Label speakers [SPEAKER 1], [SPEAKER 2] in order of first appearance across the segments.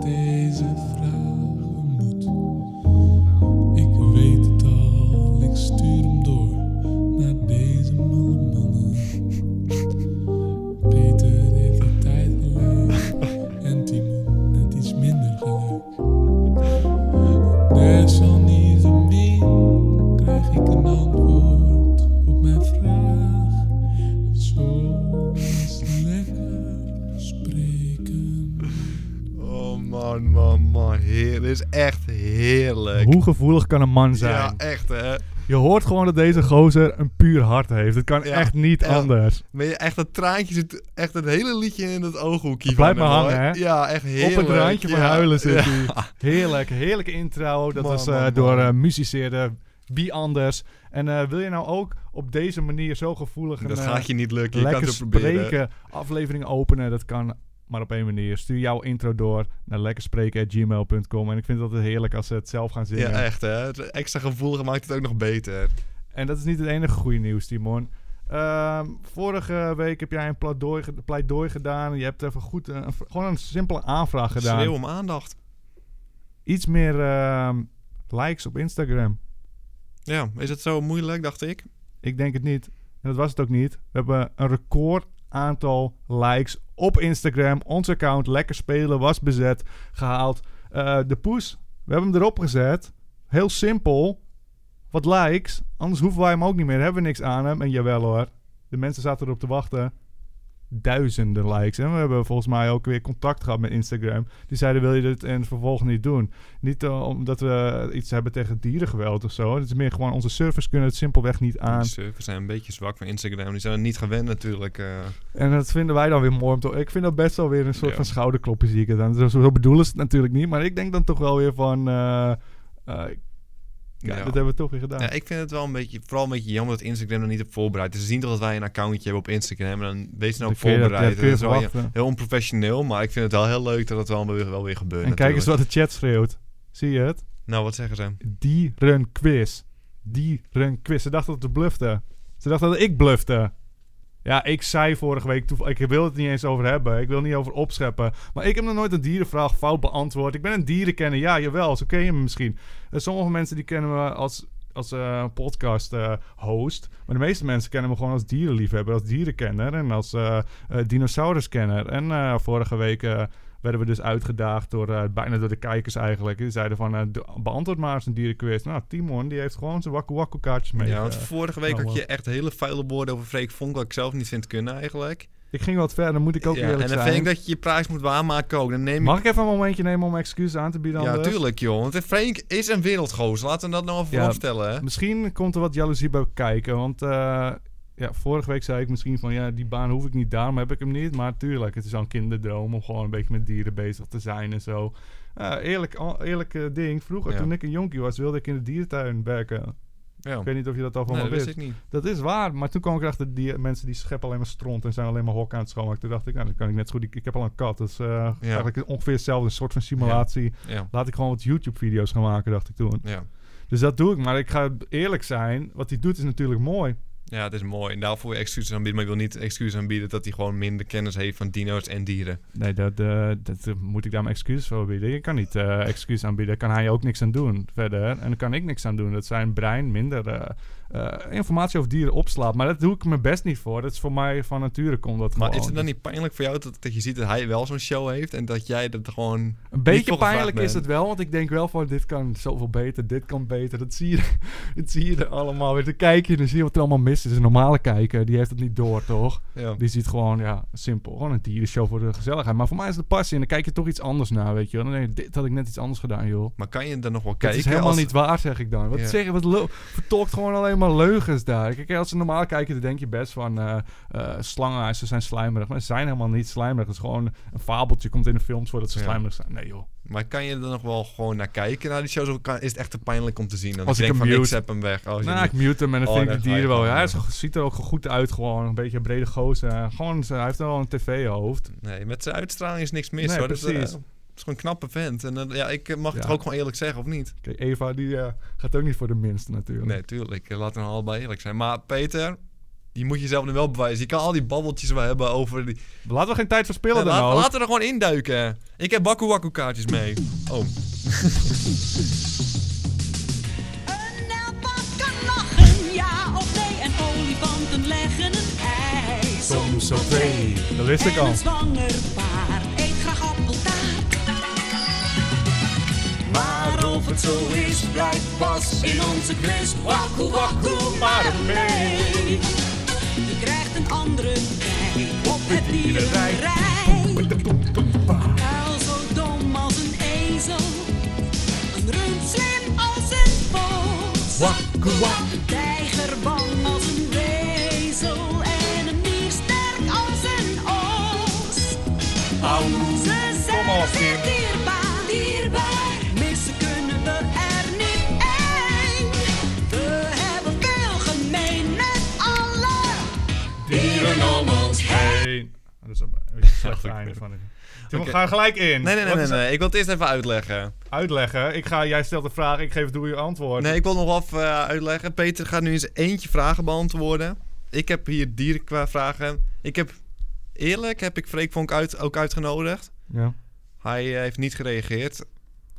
[SPEAKER 1] deze vragen moet. Ik weet het al, ik stuur hem door naar deze malle mannen. Peter heeft altijd gelijk en Timon net iets minder gelijk. Dus van hier en weer krijg ik een antwoord op mijn vraag. Zo is lekker spreken.
[SPEAKER 2] Oh man, man, man. Heer, dit is echt heerlijk.
[SPEAKER 3] Hoe gevoelig kan een man zijn?
[SPEAKER 2] ja, echt hè.
[SPEAKER 3] Je hoort gewoon dat deze gozer een puur hart heeft. Het kan
[SPEAKER 2] Ja,
[SPEAKER 3] echt niet
[SPEAKER 2] ja.
[SPEAKER 3] anders.
[SPEAKER 2] Maar je, echt dat traantje zit echt het hele liedje in het ooghoekje.
[SPEAKER 3] Blijf
[SPEAKER 2] van
[SPEAKER 3] maar
[SPEAKER 2] hem, hoor.
[SPEAKER 3] hangen, hè?
[SPEAKER 2] Ja, echt heerlijk.
[SPEAKER 3] Op het randje van
[SPEAKER 2] Ja,
[SPEAKER 3] huilen zit
[SPEAKER 2] ja.
[SPEAKER 3] hij. Heerlijk, heerlijke intro. Dat
[SPEAKER 2] Man,
[SPEAKER 3] was eh,
[SPEAKER 2] man, man.
[SPEAKER 3] door eh muziceerde Wie Anders. En eh, wil je nou ook op deze manier zo gevoelig en
[SPEAKER 2] Dat gaat je niet lukken. Je kan
[SPEAKER 3] eh, lekker
[SPEAKER 2] het proberen.
[SPEAKER 3] spreken, afleveringen openen? Dat kan maar op één manier. Stuur jouw intro door naar lekkerspreken.gmail.com. En ik vind het altijd heerlijk als ze het zelf gaan zingen.
[SPEAKER 2] Ja, echt hè. Het extra gevoelig maakt het ook nog beter.
[SPEAKER 3] En dat is niet het enige goede nieuws, Timon. Ehm, vorige week heb jij een pleidooi, ge- pleidooi gedaan. Je hebt even goed, eh, een v- gewoon een simpele aanvraag gedaan.
[SPEAKER 2] Schreeuw om aandacht.
[SPEAKER 3] Iets meer ehm, likes op Instagram.
[SPEAKER 2] Ja, is het zo moeilijk, dacht ik.
[SPEAKER 3] Ik denk het niet. En dat was het ook niet. We hebben een record aantal likes op Instagram. Ons account Lekker Spelen was bezet, gehaald. Eh, de poes, we hebben hem erop gezet. Heel simpel. Wat likes, anders hoeven wij hem ook niet meer. Hebben we niks aan hem. En jawel hoor, de mensen zaten erop te wachten. Duizenden likes. En we hebben volgens mij ook weer contact gehad met Instagram. Die zeiden, wil je dit en vervolgens niet doen? Niet eh, omdat we iets hebben tegen dierengeweld of zo. Het is meer gewoon, onze servers kunnen het simpelweg niet aan.
[SPEAKER 2] De servers zijn een beetje zwak van Instagram. Die zijn het niet gewend natuurlijk. eh.
[SPEAKER 3] En dat vinden wij dan weer mooi om te... Ik vind dat best wel weer een soort
[SPEAKER 2] Ja.
[SPEAKER 3] van schouderklopje, zie ik het aan. Zo, zo bedoelen ze het natuurlijk niet. Maar ik denk dan toch wel weer van... eh, eh, ja,
[SPEAKER 2] Ja.
[SPEAKER 3] dat hebben we toch weer gedaan.
[SPEAKER 2] Ja, ik vind het wel een beetje, vooral een beetje jammer dat Instagram er niet op voorbereid is. Ze zien toch dat wij een accountje hebben op Instagram en dan wees nou
[SPEAKER 3] Dan
[SPEAKER 2] op
[SPEAKER 3] kun je dat- ja,
[SPEAKER 2] voorbereid.
[SPEAKER 3] kun je
[SPEAKER 2] Dat is wel
[SPEAKER 3] verwachten.
[SPEAKER 2] heel onprofessioneel, maar ik vind het wel heel leuk dat het wel weer, wel weer gebeurt
[SPEAKER 3] en kijk eens
[SPEAKER 2] natuurlijk.
[SPEAKER 3] wat de chat schreeuwt. Zie je het?
[SPEAKER 2] Nou, wat zeggen ze?
[SPEAKER 3] Dierenquiz. Dierenquiz. Ze dachten dat we bluften. Ze dachten dat ik blufte. Ja, ik zei vorige week... toeval- Ik wil het niet eens over hebben. Ik wil niet over opscheppen. Maar ik heb nog nooit een dierenvraag fout beantwoord. Ik ben een dierenkenner. Ja, jawel. Zo ken je me misschien. Eh, sommige mensen die kennen me als, als eh, podcast eh, host. Maar de meeste mensen kennen me gewoon als dierenliefhebber. Als dierenkenner en als eh eh, dinosauruskenner. En eh, vorige week... eh, werden we dus uitgedaagd door eh, bijna door de kijkers eigenlijk. Die zeiden van eh, de- beantwoord maar eens een dierenquiz. Nou, Timon die heeft gewoon zijn wakku wakku kaartjes mee.
[SPEAKER 2] ja, want
[SPEAKER 3] Eh,
[SPEAKER 2] vorige week
[SPEAKER 3] nou,
[SPEAKER 2] had je echt hele vuile woorden over Freek Vonk, wat ik zelf niet vind kunnen eigenlijk.
[SPEAKER 3] ik ging wat verder, moet ik ook
[SPEAKER 2] ja, en
[SPEAKER 3] eerlijk
[SPEAKER 2] dan
[SPEAKER 3] zijn.
[SPEAKER 2] vind ik dat je je prijs moet waarmaken ook. Dan neem
[SPEAKER 3] Mag ik even een momentje nemen om excuses aan te bieden?
[SPEAKER 2] Ja,
[SPEAKER 3] anders?
[SPEAKER 2] tuurlijk joh. Want Freek is een wereldgozer. Laten we dat nou even
[SPEAKER 3] Ja.
[SPEAKER 2] vooropstellen. hè.
[SPEAKER 3] Misschien komt er wat jaloezie bij kijken, want... eh, ja, vorige week zei ik misschien van ja, die baan hoef ik niet, daarom heb ik hem niet. Maar tuurlijk, het is al een kinderdroom om gewoon een beetje met dieren bezig te zijn en zo. Eh, eerlijk, eerlijk eh, ding, vroeger
[SPEAKER 2] Ja.
[SPEAKER 3] toen ik een jonkie was, wilde ik in de dierentuin werken.
[SPEAKER 2] Ja.
[SPEAKER 3] Ik weet niet of je dat al van
[SPEAKER 2] Nee,
[SPEAKER 3] me
[SPEAKER 2] dat
[SPEAKER 3] wist.
[SPEAKER 2] wist ik niet.
[SPEAKER 3] Dat is waar, maar toen kwam ik erachter die mensen die scheppen alleen maar stront en zijn alleen maar hokken aan het schoonmaken. Toen dacht ik, nou, dan kan ik net zo goed. Ik, ik heb al een kat, dat is eh, eigenlijk ongeveer hetzelfde, een soort van simulatie.
[SPEAKER 2] Ja,
[SPEAKER 3] Laat ik gewoon wat YouTube-video's gaan maken, dacht ik toen.
[SPEAKER 2] ja.
[SPEAKER 3] Dus dat doe ik, maar ik ga eerlijk zijn. Wat hij doet is natuurlijk mooi.
[SPEAKER 2] Ja, het is mooi. En daarvoor wil je excuses aanbieden. Maar ik wil niet excuses aanbieden dat hij gewoon minder kennis heeft van dino's en dieren.
[SPEAKER 3] Nee, dat, eh, dat eh, moet ik daar mijn excuses voor bieden. Je kan niet eh excuses aanbieden, daar kan hij ook niks aan doen verder. En daar kan ik niks aan doen, dat zijn brein minder eh, eh, informatie over dieren opslaat. Maar dat doe ik mijn best niet voor, dat is voor mij van nature komt dat
[SPEAKER 2] Maar
[SPEAKER 3] gewoon.
[SPEAKER 2] is het dan niet pijnlijk voor jou dat, dat je ziet dat hij wel zo'n show heeft en dat jij dat gewoon...
[SPEAKER 3] Een
[SPEAKER 2] Niet
[SPEAKER 3] beetje
[SPEAKER 2] voor gevraagd
[SPEAKER 3] pijnlijk is
[SPEAKER 2] ben.
[SPEAKER 3] het wel, want ik denk wel van dit kan zoveel beter, dit kan beter. Dat zie je, dat zie je er allemaal weer. Dan kijk je en dan zie je wat er allemaal mis is. Een normale kijker, die heeft het niet door, toch?
[SPEAKER 2] Ja.
[SPEAKER 3] Die ziet gewoon, ja, simpel. Gewoon een dierenshow voor de gezelligheid. Maar voor mij is het de passie en dan kijk je toch iets anders naar, weet je wel. Dan denk je, dit had ik net iets anders gedaan, joh.
[SPEAKER 2] Maar kan je dan nog wel
[SPEAKER 3] Het
[SPEAKER 2] kijken?
[SPEAKER 3] is helemaal
[SPEAKER 2] als-
[SPEAKER 3] niet waar, zeg ik dan. Wat
[SPEAKER 2] Ja.
[SPEAKER 3] zeg je? Wat lo- vertolkt gewoon alleen maar leugens daar. Kijk, als ze normaal kijken, dan denk je best van eh eh, slangen, ze zijn slijmerig. Maar ze zijn helemaal niet slijmerig. Het is gewoon een fabeltje komt in de films voordat ze
[SPEAKER 2] Ja.
[SPEAKER 3] slijmerig zijn. Nee, joh.
[SPEAKER 2] Maar kan je er nog wel gewoon naar kijken naar die shows? Of kan- is het echt te pijnlijk om te zien? Dan
[SPEAKER 3] Als
[SPEAKER 2] ik denk
[SPEAKER 3] ik hem
[SPEAKER 2] van, ik
[SPEAKER 3] mute.
[SPEAKER 2] zet hem weg. Als je
[SPEAKER 3] Nou, ik
[SPEAKER 2] niet-
[SPEAKER 3] mute hem en dan
[SPEAKER 2] Oh,
[SPEAKER 3] vind ik
[SPEAKER 2] dan
[SPEAKER 3] de
[SPEAKER 2] ga je
[SPEAKER 3] dieren wel.
[SPEAKER 2] gewoon,
[SPEAKER 3] Ja, hij is- ziet er ook goed uit gewoon. Een beetje een brede gozer. Gewoon, hij heeft wel een tv-hoofd.
[SPEAKER 2] Nee, met zijn uitstraling is niks mis
[SPEAKER 3] Nee,
[SPEAKER 2] hoor. Dat is, eh,
[SPEAKER 3] precies.
[SPEAKER 2] het is gewoon een knappe vent. En eh, ja, ik eh, mag het
[SPEAKER 3] Ja.
[SPEAKER 2] toch ook gewoon eerlijk zeggen, of niet?
[SPEAKER 3] Kijk, Eva die eh, gaat ook niet voor de minste natuurlijk.
[SPEAKER 2] Nee, tuurlijk. Eh, Laten we allebei eerlijk zijn. Maar Peter, je moet jezelf nu wel bewijzen. Je kan al die babbeltjes wel hebben over die...
[SPEAKER 3] Laten we geen tijd verspillen
[SPEAKER 2] Nee,
[SPEAKER 3] dan
[SPEAKER 2] laat-
[SPEAKER 3] ook.
[SPEAKER 2] laten we er gewoon induiken. Ik Ik heb Baku Waku kaartjes mee. Oh.
[SPEAKER 4] Een elpak kan lachen, ja of nee. En olifanten leggen een ei. Soms wel twee.
[SPEAKER 3] Dat wist ik
[SPEAKER 4] En
[SPEAKER 3] al.
[SPEAKER 4] een zwanger paard eet graag appeltaart. Maar of het zo is, blijft pas in onze quiz. Wakku wakku maar mee. Je krijgt een andere kijk op het dierenrijk. Uil zo dom als een ezel. Een rund slim als een vos. Een tijger bang als een wezel. En een dier sterk als een os. Ze zijn zeer dierbaar, dierbaar. Missen kunnen we er niet één. We hebben veel gemeen met alle dieren om ons heen.
[SPEAKER 3] Eén. Dat is een beetje een slecht einde van het. Tim,
[SPEAKER 2] Oké.
[SPEAKER 3] we gaan gelijk in.
[SPEAKER 2] Nee, nee, nee,
[SPEAKER 3] Wat
[SPEAKER 2] nee,
[SPEAKER 3] is
[SPEAKER 2] nee. Ik wil het eerst even uitleggen.
[SPEAKER 3] Uitleggen. Ik ga, jij stelt de vraag, ik geef doe je antwoord.
[SPEAKER 2] Nee, ik wil nog wel even eh, uitleggen. Peter gaat nu eens eentje vragen beantwoorden. Ik heb hier dieren qua vragen. Ik heb... Eerlijk heb ik Freek Vonk uit, ook uitgenodigd.
[SPEAKER 3] Ja.
[SPEAKER 2] Hij eh, heeft niet gereageerd.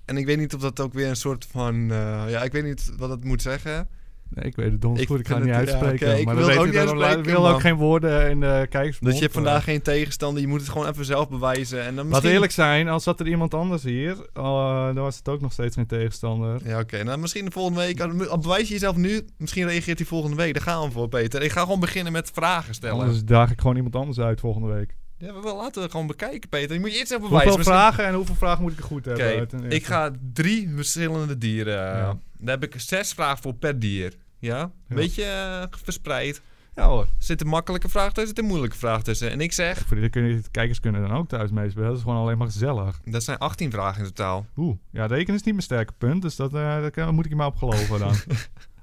[SPEAKER 2] En ik weet niet of dat ook weer een soort van... eh, ja, ik weet niet wat dat moet zeggen.
[SPEAKER 3] Nee, ik weet het donders
[SPEAKER 2] Ik
[SPEAKER 3] goed. Ik ga het
[SPEAKER 2] vind
[SPEAKER 3] niet
[SPEAKER 2] het- ja,
[SPEAKER 3] uitspreken.
[SPEAKER 2] oké, ik
[SPEAKER 3] maar
[SPEAKER 2] wil
[SPEAKER 3] dat
[SPEAKER 2] het ook
[SPEAKER 3] weet ik
[SPEAKER 2] niet
[SPEAKER 3] dan, maar Ik
[SPEAKER 2] uitspreken,
[SPEAKER 3] wil
[SPEAKER 2] man.
[SPEAKER 3] ook geen woorden in de kijkersmond.
[SPEAKER 2] Dus je hebt vandaag
[SPEAKER 3] eh.
[SPEAKER 2] geen tegenstander. Je moet het gewoon even zelf bewijzen. En dan
[SPEAKER 3] Laat
[SPEAKER 2] misschien...
[SPEAKER 3] eerlijk zijn, als zat er iemand anders hier, eh, dan was het ook nog steeds geen tegenstander.
[SPEAKER 2] Ja, oké. Nou, misschien de volgende week. Al Bewijs je jezelf nu. Misschien reageert hij volgende week. Daar gaan we voor, Peter. Ik ga gewoon beginnen met vragen stellen.
[SPEAKER 3] Anders daag ik gewoon iemand anders uit volgende week.
[SPEAKER 2] Ja, we wel- laten we gewoon bekijken, Peter. Je moet je eerst even
[SPEAKER 3] Hoeveel
[SPEAKER 2] bewijzen. Misschien-
[SPEAKER 3] vragen en hoeveel vragen moet ik er goed
[SPEAKER 2] Oké,
[SPEAKER 3] hebben? uit een eerste?
[SPEAKER 2] ik ga drie verschillende dieren.
[SPEAKER 3] Ja.
[SPEAKER 2] Daar heb ik zes vragen voor per dier. Ja? Een
[SPEAKER 3] Ja.
[SPEAKER 2] beetje eh, verspreid.
[SPEAKER 3] Ja hoor.
[SPEAKER 2] Er zit een makkelijke vraag tussen, er zit een moeilijke vraag tussen. En ik zeg,
[SPEAKER 3] Voor die kunnen, de kijkers kunnen dan ook thuis meespelen. Dat is gewoon alleen maar gezellig.
[SPEAKER 2] dat zijn 18 vragen in totaal.
[SPEAKER 3] Oeh, ja, rekenen is niet mijn sterke punt, dus dat, eh, daar kan- daar moet ik je maar op geloven dan.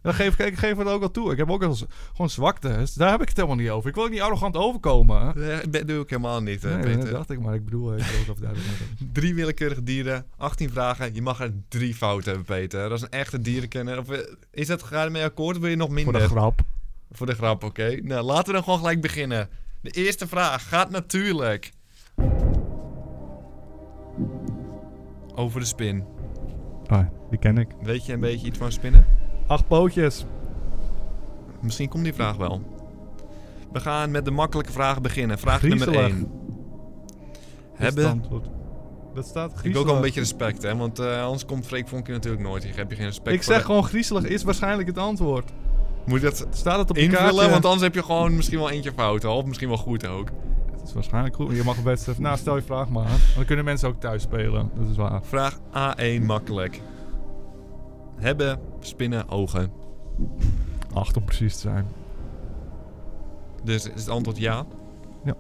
[SPEAKER 3] Dan geef, ik- ik geef het ook al toe. Ik heb ook wel z- gewoon zwaktes. Daar heb ik het helemaal niet over. Ik wil ook niet arrogant overkomen.
[SPEAKER 2] Eh, Dat dat doe ik helemaal niet, hè,
[SPEAKER 3] Nee, dat
[SPEAKER 2] Peter.
[SPEAKER 3] dacht ik, maar ik bedoel, eh, ik wil ook even duidelijk maken.
[SPEAKER 2] Drie willekeurige dieren, 18 vragen. Je mag er drie fouten hebben, Peter. Dat is een echte dierenkenner. Of, eh, is dat ga je ermee akkoord of wil je nog
[SPEAKER 3] Voor
[SPEAKER 2] minder?
[SPEAKER 3] de grap.
[SPEAKER 2] Voor de grap, oké. Nou, laten we dan gewoon gelijk beginnen. De eerste vraag gaat natuurlijk... Over de spin.
[SPEAKER 3] Ah, die ken ik.
[SPEAKER 2] Weet je een beetje iets van spinnen?
[SPEAKER 3] Acht pootjes.
[SPEAKER 2] Misschien komt die vraag wel. We gaan met de makkelijke vragen beginnen. Vraag nummer
[SPEAKER 3] Griezelig.
[SPEAKER 2] 1.
[SPEAKER 3] Is
[SPEAKER 2] Hebben...
[SPEAKER 3] het antwoord. Dat staat griezelig.
[SPEAKER 2] Ik wil ook wel een beetje respect, hè? Want eh, anders komt Freek Vonkie natuurlijk nooit. Hier heb je geen respect
[SPEAKER 3] Ik
[SPEAKER 2] voor
[SPEAKER 3] zeg
[SPEAKER 2] de-
[SPEAKER 3] gewoon griezelig is waarschijnlijk het antwoord.
[SPEAKER 2] Moet je dat
[SPEAKER 3] Staat het op je kaartje?
[SPEAKER 2] invullen? Want anders heb je gewoon misschien wel eentje fout. Of misschien wel goed ook.
[SPEAKER 3] Het is waarschijnlijk goed. Je mag best even... Nou, stel je vraag maar. Want Dan kunnen mensen ook thuis spelen. Dat is waar.
[SPEAKER 2] Vraag A1 makkelijk. Hebben spinnen ogen?
[SPEAKER 3] Acht om precies te zijn.
[SPEAKER 2] Dus is het antwoord ja?
[SPEAKER 3] Ja.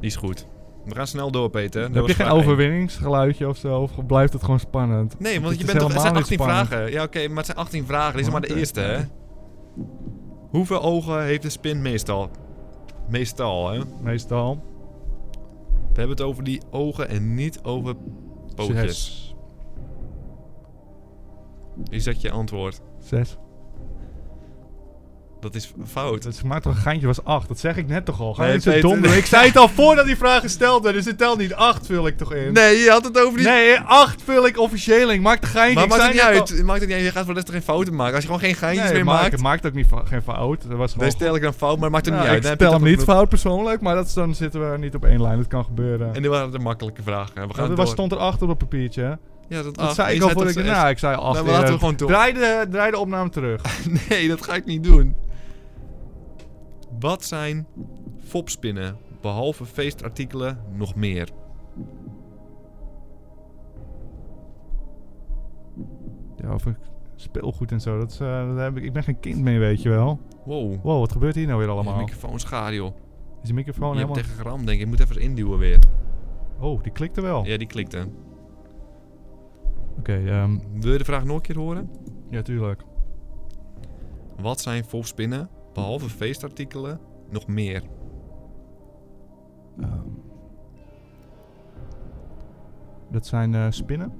[SPEAKER 2] Die is goed. We gaan snel door, Peter. Dat
[SPEAKER 3] heb je
[SPEAKER 2] was
[SPEAKER 3] geen
[SPEAKER 2] vraag één.
[SPEAKER 3] overwinningsgeluitje of zo? Of blijft het gewoon spannend?
[SPEAKER 2] Nee, want
[SPEAKER 3] Het
[SPEAKER 2] je
[SPEAKER 3] is
[SPEAKER 2] bent toch... Het zijn
[SPEAKER 3] helemaal
[SPEAKER 2] 18
[SPEAKER 3] niet spannend.
[SPEAKER 2] vragen. Ja, oké, maar het zijn 18 vragen. Dit is maar de
[SPEAKER 3] Oké.
[SPEAKER 2] eerste, hè? Hoeveel ogen heeft een spin meestal? Meestal, hè?
[SPEAKER 3] Meestal.
[SPEAKER 2] We hebben het over die ogen en niet over pootjes.
[SPEAKER 3] Zes.
[SPEAKER 2] Is dat je antwoord?
[SPEAKER 3] Zes.
[SPEAKER 2] Dat is fout.
[SPEAKER 3] Dat is maar toch een geintje was acht. Dat zeg ik net toch al. Ga
[SPEAKER 2] Nee,
[SPEAKER 3] je niet zo
[SPEAKER 2] Peter,
[SPEAKER 3] dom doen.
[SPEAKER 2] nee.
[SPEAKER 3] Ik zei het al voordat die vraag gesteld werd. Dus het telt niet. Acht vul ik toch in?
[SPEAKER 2] Nee, je had het over die...
[SPEAKER 3] Nee, acht vul ik officieel in. Ik maak de geintje.
[SPEAKER 2] maar
[SPEAKER 3] Ik
[SPEAKER 2] maakt
[SPEAKER 3] zei
[SPEAKER 2] het niet
[SPEAKER 3] net al-
[SPEAKER 2] uit. Maakt het niet uit. Je gaat voor de rest geen fouten maken. Als je gewoon geen geintjes
[SPEAKER 3] Nee,
[SPEAKER 2] meer
[SPEAKER 3] maar
[SPEAKER 2] maakt...
[SPEAKER 3] Het maakt ook niet va- geen fout. Dat was
[SPEAKER 2] Dan
[SPEAKER 3] gewoon.
[SPEAKER 2] stel ik een fout, maar het maakt er
[SPEAKER 3] Ja,
[SPEAKER 2] niet uit.
[SPEAKER 3] ik
[SPEAKER 2] Dan heb je
[SPEAKER 3] stel
[SPEAKER 2] toch
[SPEAKER 3] hem niet
[SPEAKER 2] een-
[SPEAKER 3] fout persoonlijk, maar dat is, dan zitten we niet op één lijn. Dat kan gebeuren.
[SPEAKER 2] En dit waren de makkelijke vragen. We
[SPEAKER 3] Ja,
[SPEAKER 2] gaan
[SPEAKER 3] er was,
[SPEAKER 2] door.
[SPEAKER 3] stond er acht op het papiertje. hè?
[SPEAKER 2] Ja, dat,
[SPEAKER 3] Dat
[SPEAKER 2] ach,
[SPEAKER 3] zei
[SPEAKER 2] Ah, je
[SPEAKER 3] ik al
[SPEAKER 2] toch
[SPEAKER 3] voordat ik.
[SPEAKER 2] zo-
[SPEAKER 3] Nou, ik zei acht.
[SPEAKER 2] Nou, maar laten we
[SPEAKER 3] eerder.
[SPEAKER 2] gewoon door.
[SPEAKER 3] Draai de, draai de opname terug.
[SPEAKER 2] Nee, dat ga ik niet doen. Wat zijn fopspinnen, behalve feestartikelen, nog meer?
[SPEAKER 3] ja, of ik speelgoed en zo. Dat is, eh, dat heb ik, ik ben geen kind meer, weet je wel.
[SPEAKER 2] Wow.
[SPEAKER 3] Wow, wat gebeurt hier nou weer
[SPEAKER 2] De
[SPEAKER 3] allemaal?
[SPEAKER 2] microfoon schaar, joh.
[SPEAKER 3] Is die microfoon
[SPEAKER 2] je hebt
[SPEAKER 3] helemaal...
[SPEAKER 2] tegen geramd, denk ik. Ik moet even induwen weer.
[SPEAKER 3] Oh, die klikte wel.
[SPEAKER 2] Ja, die klikte.
[SPEAKER 3] Oké, ehm,
[SPEAKER 2] Wil je de vraag nog een keer horen?
[SPEAKER 3] ja, tuurlijk.
[SPEAKER 2] Wat zijn fopspinnen, behalve feestartikelen, nog meer?
[SPEAKER 3] Ehm, dat zijn eh, spinnen.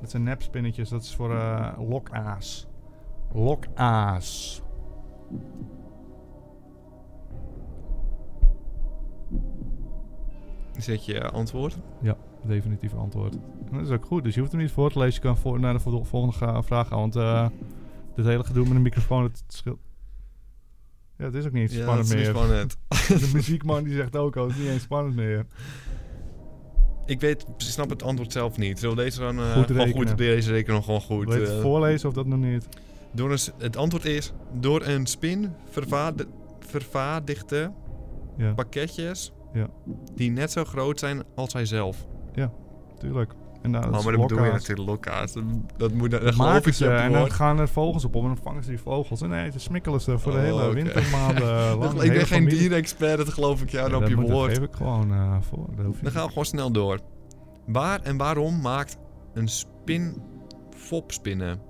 [SPEAKER 3] Dat zijn nepspinnetjes. Dat is voor eh, lokaas. Lokaas.
[SPEAKER 2] Zet je antwoord.
[SPEAKER 3] Definitief antwoord. En dat is ook goed, dus je hoeft hem niet voor te lezen. Je kan voor, naar de vol- volgende ga- vraag gaan. Want eh, dit hele gedoe met een microfoon, het scheelt. Ja, het is ook niet eens
[SPEAKER 2] Ja, dat
[SPEAKER 3] spannend
[SPEAKER 2] is niet
[SPEAKER 3] meer.
[SPEAKER 2] spannend.
[SPEAKER 3] De muziekman die zegt ook al, het is niet eens spannend meer.
[SPEAKER 2] Ik weet, ik snap het antwoord zelf niet. Zullen we deze dan eh,
[SPEAKER 3] Goed
[SPEAKER 2] gewoon
[SPEAKER 3] rekenen.
[SPEAKER 2] goed deze rekenen gewoon goed.
[SPEAKER 3] Wil je het
[SPEAKER 2] eh,
[SPEAKER 3] voorlezen of dat nog niet?
[SPEAKER 2] door een, s- het antwoord is door een spin vervaarde- vervaardigde
[SPEAKER 3] Ja,
[SPEAKER 2] pakketjes
[SPEAKER 3] Ja.
[SPEAKER 2] die net zo groot zijn als hij zelf.
[SPEAKER 3] tuurlijk. En daar
[SPEAKER 2] Oh, maar dat bedoel je natuurlijk lokka's. Dat, dat moet, dat geloof ik
[SPEAKER 3] Maken
[SPEAKER 2] je
[SPEAKER 3] ze nou,
[SPEAKER 2] op het
[SPEAKER 3] eh, en dan
[SPEAKER 2] woord.
[SPEAKER 3] gaan er vogels op om en dan vangen ze die vogels. En nee, ze smikkelen ze voor de
[SPEAKER 2] Oh,
[SPEAKER 3] hele
[SPEAKER 2] oké.
[SPEAKER 3] wintermaanden lang.
[SPEAKER 2] ik
[SPEAKER 3] hele
[SPEAKER 2] ben geen
[SPEAKER 3] familie.
[SPEAKER 2] dierexpert, dat geloof ik jou
[SPEAKER 3] Ja,
[SPEAKER 2] op
[SPEAKER 3] dat
[SPEAKER 2] je
[SPEAKER 3] moet- dat
[SPEAKER 2] woord.
[SPEAKER 3] geef ik gewoon eh, voor. Dat hoef je
[SPEAKER 2] Dan gaan we gewoon snel door. Waar en waarom maakt een spin fopspinnen?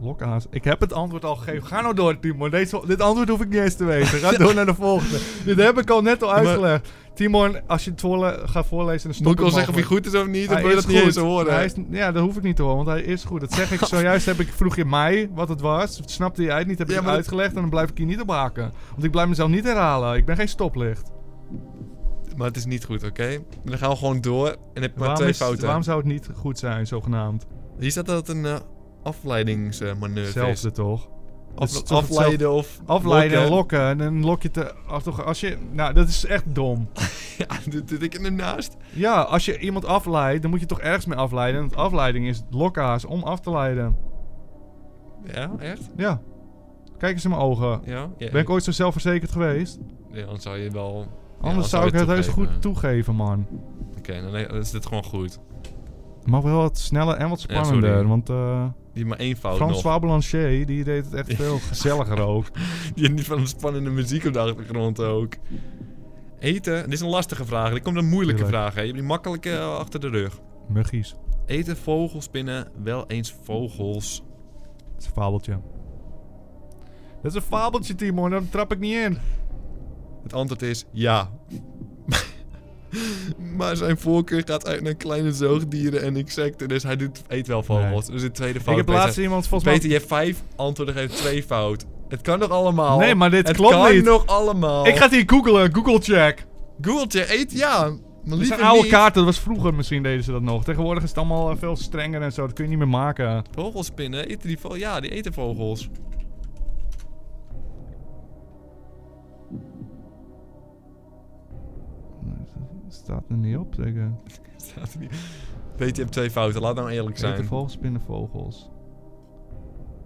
[SPEAKER 3] Lokhaas. Ik heb het antwoord al gegeven. Ga nou door, Timon. Deze, dit antwoord hoef ik niet eens te weten. Ga door naar de volgende. Dit heb ik al net al uitgelegd. Timon, als je het voorle gaat voorlezen, dan stop
[SPEAKER 2] Moet ik wel
[SPEAKER 3] hem
[SPEAKER 2] zeggen of hij
[SPEAKER 3] gewoon.
[SPEAKER 2] goed is of niet? Dan
[SPEAKER 3] Hij
[SPEAKER 2] wil je
[SPEAKER 3] is
[SPEAKER 2] dat niet
[SPEAKER 3] goed.
[SPEAKER 2] eens horen.
[SPEAKER 3] Hij is, ja, dat hoef ik niet te horen, want hij is goed. Dat zeg ik zojuist. Heb ik, vroeg je mij wat het was. Snapte jij het niet? Heb ik
[SPEAKER 2] Ja,
[SPEAKER 3] het
[SPEAKER 2] maar dat-
[SPEAKER 3] uitgelegd en dan blijf ik hier niet op haken. Want ik blijf mezelf niet herhalen. Ik ben geen stoplicht.
[SPEAKER 2] Maar het is niet goed, oké? Dan gaan we gewoon door en heb je maar
[SPEAKER 3] waarom,
[SPEAKER 2] twee
[SPEAKER 3] is-
[SPEAKER 2] fouten.
[SPEAKER 3] waarom zou het niet goed zijn, zogenaamd?
[SPEAKER 2] Hier staat dat het een eh, afleidingsmanoeuvre is.
[SPEAKER 3] Hetzelfde toch?
[SPEAKER 2] Of
[SPEAKER 3] Het is toch hetzelfde?
[SPEAKER 2] afleiden of
[SPEAKER 3] Afleiden en
[SPEAKER 2] lokken.
[SPEAKER 3] lokken. En dan lok je te. Als, toch- als je, nou, dat is echt dom.
[SPEAKER 2] Ja, dit zit ik ernaast.
[SPEAKER 3] Ja, als je iemand afleidt, dan moet je toch ergens mee afleiden. En het afleiding is lokka's om af te leiden.
[SPEAKER 2] Ja, echt?
[SPEAKER 3] Ja. Kijk eens in mijn ogen.
[SPEAKER 2] Ja? ja
[SPEAKER 3] Ben ik ooit zo zelfverzekerd geweest?
[SPEAKER 2] ja, dan zou je wel... dan
[SPEAKER 3] Anders zou
[SPEAKER 2] zou
[SPEAKER 3] ik
[SPEAKER 2] je
[SPEAKER 3] het
[SPEAKER 2] het
[SPEAKER 3] heus
[SPEAKER 2] toegeven.
[SPEAKER 3] goed toegeven, man.
[SPEAKER 2] Oké, dan dan is dit gewoon goed.
[SPEAKER 3] Maar wel wat sneller en wat
[SPEAKER 2] Ja,
[SPEAKER 3] spannender.
[SPEAKER 2] sorry.
[SPEAKER 3] want eh
[SPEAKER 2] Die maar één fout nog.
[SPEAKER 3] François Blanchet, die deed het echt veel gezelliger ook.
[SPEAKER 2] Die had niet van de spannende muziek op de achtergrond ook. Eten, dit is een lastige vraag. Dit komt een moeilijke
[SPEAKER 3] Tuurlijk.
[SPEAKER 2] vraag. Hè. Je hebt die makkelijke eh, achter de rug.
[SPEAKER 3] Muggies.
[SPEAKER 2] Eten vogelspinnen wel eens vogels?
[SPEAKER 3] Dat is een fabeltje. Dat is een fabeltje, Timon. Daar trap ik niet in.
[SPEAKER 2] Het antwoord is ja. maar zijn voorkeur gaat uit naar kleine zoogdieren en insecten. Dus hij doet, eet wel vogels. Dus de tweede
[SPEAKER 3] ik
[SPEAKER 2] fout.
[SPEAKER 3] heb
[SPEAKER 2] Peter.
[SPEAKER 3] laatst iemand volgens mij...
[SPEAKER 2] Peter, je hebt vijf antwoorden gegeven, twee fout. Het kan nog allemaal.
[SPEAKER 3] Nee, maar dit
[SPEAKER 2] het
[SPEAKER 3] klopt
[SPEAKER 2] kan
[SPEAKER 3] niet.
[SPEAKER 2] nog allemaal.
[SPEAKER 3] Ik ga het hier googlen. Google check.
[SPEAKER 2] Googeltje, eet ja. Maar
[SPEAKER 3] Dat
[SPEAKER 2] liever
[SPEAKER 3] zijn oude
[SPEAKER 2] niet.
[SPEAKER 3] kaarten, dat was vroeger misschien deden ze dat nog. Tegenwoordig is het allemaal eh, veel strenger en zo, dat kun je niet meer maken.
[SPEAKER 2] Vogelspinnen, eten die vogels? Ja, die eten vogels.
[SPEAKER 3] Staat er niet op, zeker.
[SPEAKER 2] Staat er niet. Peter, je hebt twee fouten. Laat nou eerlijk zijn.
[SPEAKER 3] Eten vogels, spinnen vogels.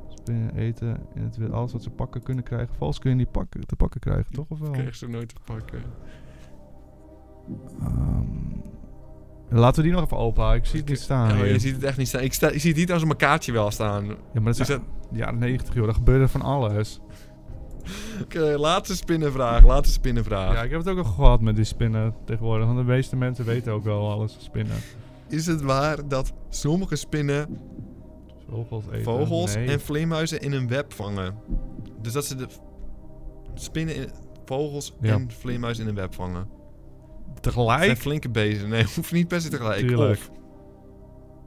[SPEAKER 3] Spinnen eten, in het wild, alles wat ze pakken kunnen krijgen. Vogels kun je niet pakken, te pakken krijgen, toch? Of wel?
[SPEAKER 2] Krijg ze nooit te pakken.
[SPEAKER 3] Ehm, laten we die nog even openhouden, ik zie het niet staan.
[SPEAKER 2] Oh,
[SPEAKER 3] Ah, hier.
[SPEAKER 2] je ziet het echt niet staan. Ik, sta, ik zie het niet als een kaartje wel staan.
[SPEAKER 3] Ja, maar dat
[SPEAKER 2] Dus
[SPEAKER 3] is
[SPEAKER 2] dat-
[SPEAKER 3] jaren 90, joh, daar gebeurde van alles.
[SPEAKER 2] Oké, laatste spinnenvraag. Laatste spinnenvraag.
[SPEAKER 3] Ja, ik heb het ook al gehad met die spinnen tegenwoordig, want de meeste mensen weten ook wel alles van spinnen.
[SPEAKER 2] Is het waar dat sommige spinnen
[SPEAKER 3] Vogels eten.
[SPEAKER 2] vogels
[SPEAKER 3] nee.
[SPEAKER 2] en vleermuizen in een web vangen? Dus dat ze de v- spinnen, in, vogels
[SPEAKER 3] Ja.
[SPEAKER 2] en vleermuizen in een web vangen. Het zijn
[SPEAKER 3] tegelijk.
[SPEAKER 2] flinke bezen. Nee, hoeft niet per se tegelijk.
[SPEAKER 3] Tuurlijk.
[SPEAKER 2] Of,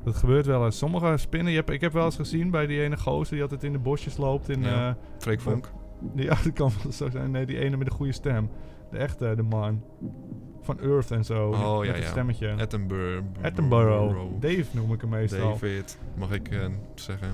[SPEAKER 3] Dat gebeurt wel eens. Sommige spinnen, je hebt, ik heb wel eens gezien bij die ene gozer die altijd in de bosjes loopt. In,
[SPEAKER 2] Ja.
[SPEAKER 3] eh,
[SPEAKER 2] Freek Vonk.
[SPEAKER 3] die, ja, dat kan wel zo zijn. Nee, die ene met de goede stem. De echte, de man. Van Earth en zo.
[SPEAKER 2] Oh,
[SPEAKER 3] met
[SPEAKER 2] ja,
[SPEAKER 3] een
[SPEAKER 2] ja.
[SPEAKER 3] stemmetje.
[SPEAKER 2] Attenborough.
[SPEAKER 3] Attenborough. Dave noem ik hem meestal.
[SPEAKER 2] David, mag ik eh, zeggen.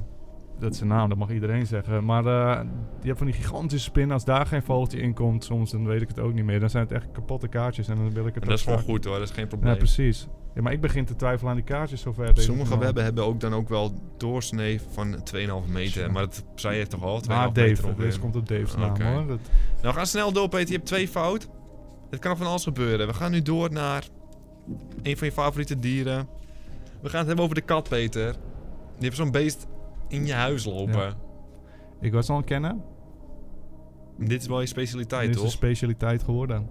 [SPEAKER 3] Dat is zijn naam, dat mag iedereen zeggen. Maar eh, je hebt van die gigantische spinnen. Als daar geen vogeltje in komt soms, dan weet ik het ook niet meer. Dan zijn het echt kapotte kaartjes en dan wil ik het
[SPEAKER 2] En dat is
[SPEAKER 3] ook
[SPEAKER 2] gewoon
[SPEAKER 3] vaak-
[SPEAKER 2] goed hoor, dat is geen
[SPEAKER 3] Ja,
[SPEAKER 2] probleem.
[SPEAKER 3] precies. Ja, maar ik begin te twijfelen aan die kaartjes zover. deze
[SPEAKER 2] Sommige
[SPEAKER 3] man.
[SPEAKER 2] webben hebben ook dan ook wel doorsnee van 2,5 meter.
[SPEAKER 3] Zo.
[SPEAKER 2] Maar dat zei je toch al? 2,5
[SPEAKER 3] Maar
[SPEAKER 2] meter
[SPEAKER 3] Dave,
[SPEAKER 2] ongeveer.
[SPEAKER 3] deze komt op Dave's naam
[SPEAKER 2] Oké.
[SPEAKER 3] hoor. Dat,
[SPEAKER 2] Nou, ga snel door, Peter. Je hebt twee fout. Het kan van alles gebeuren. We gaan nu door naar een van je favoriete dieren. We gaan het hebben over de kat, Peter. Die heeft zo'n beest in je huis lopen.
[SPEAKER 3] ik was al een kennen.
[SPEAKER 2] Dit is wel je specialiteit,
[SPEAKER 3] Dit is een
[SPEAKER 2] toch?
[SPEAKER 3] specialiteit geworden.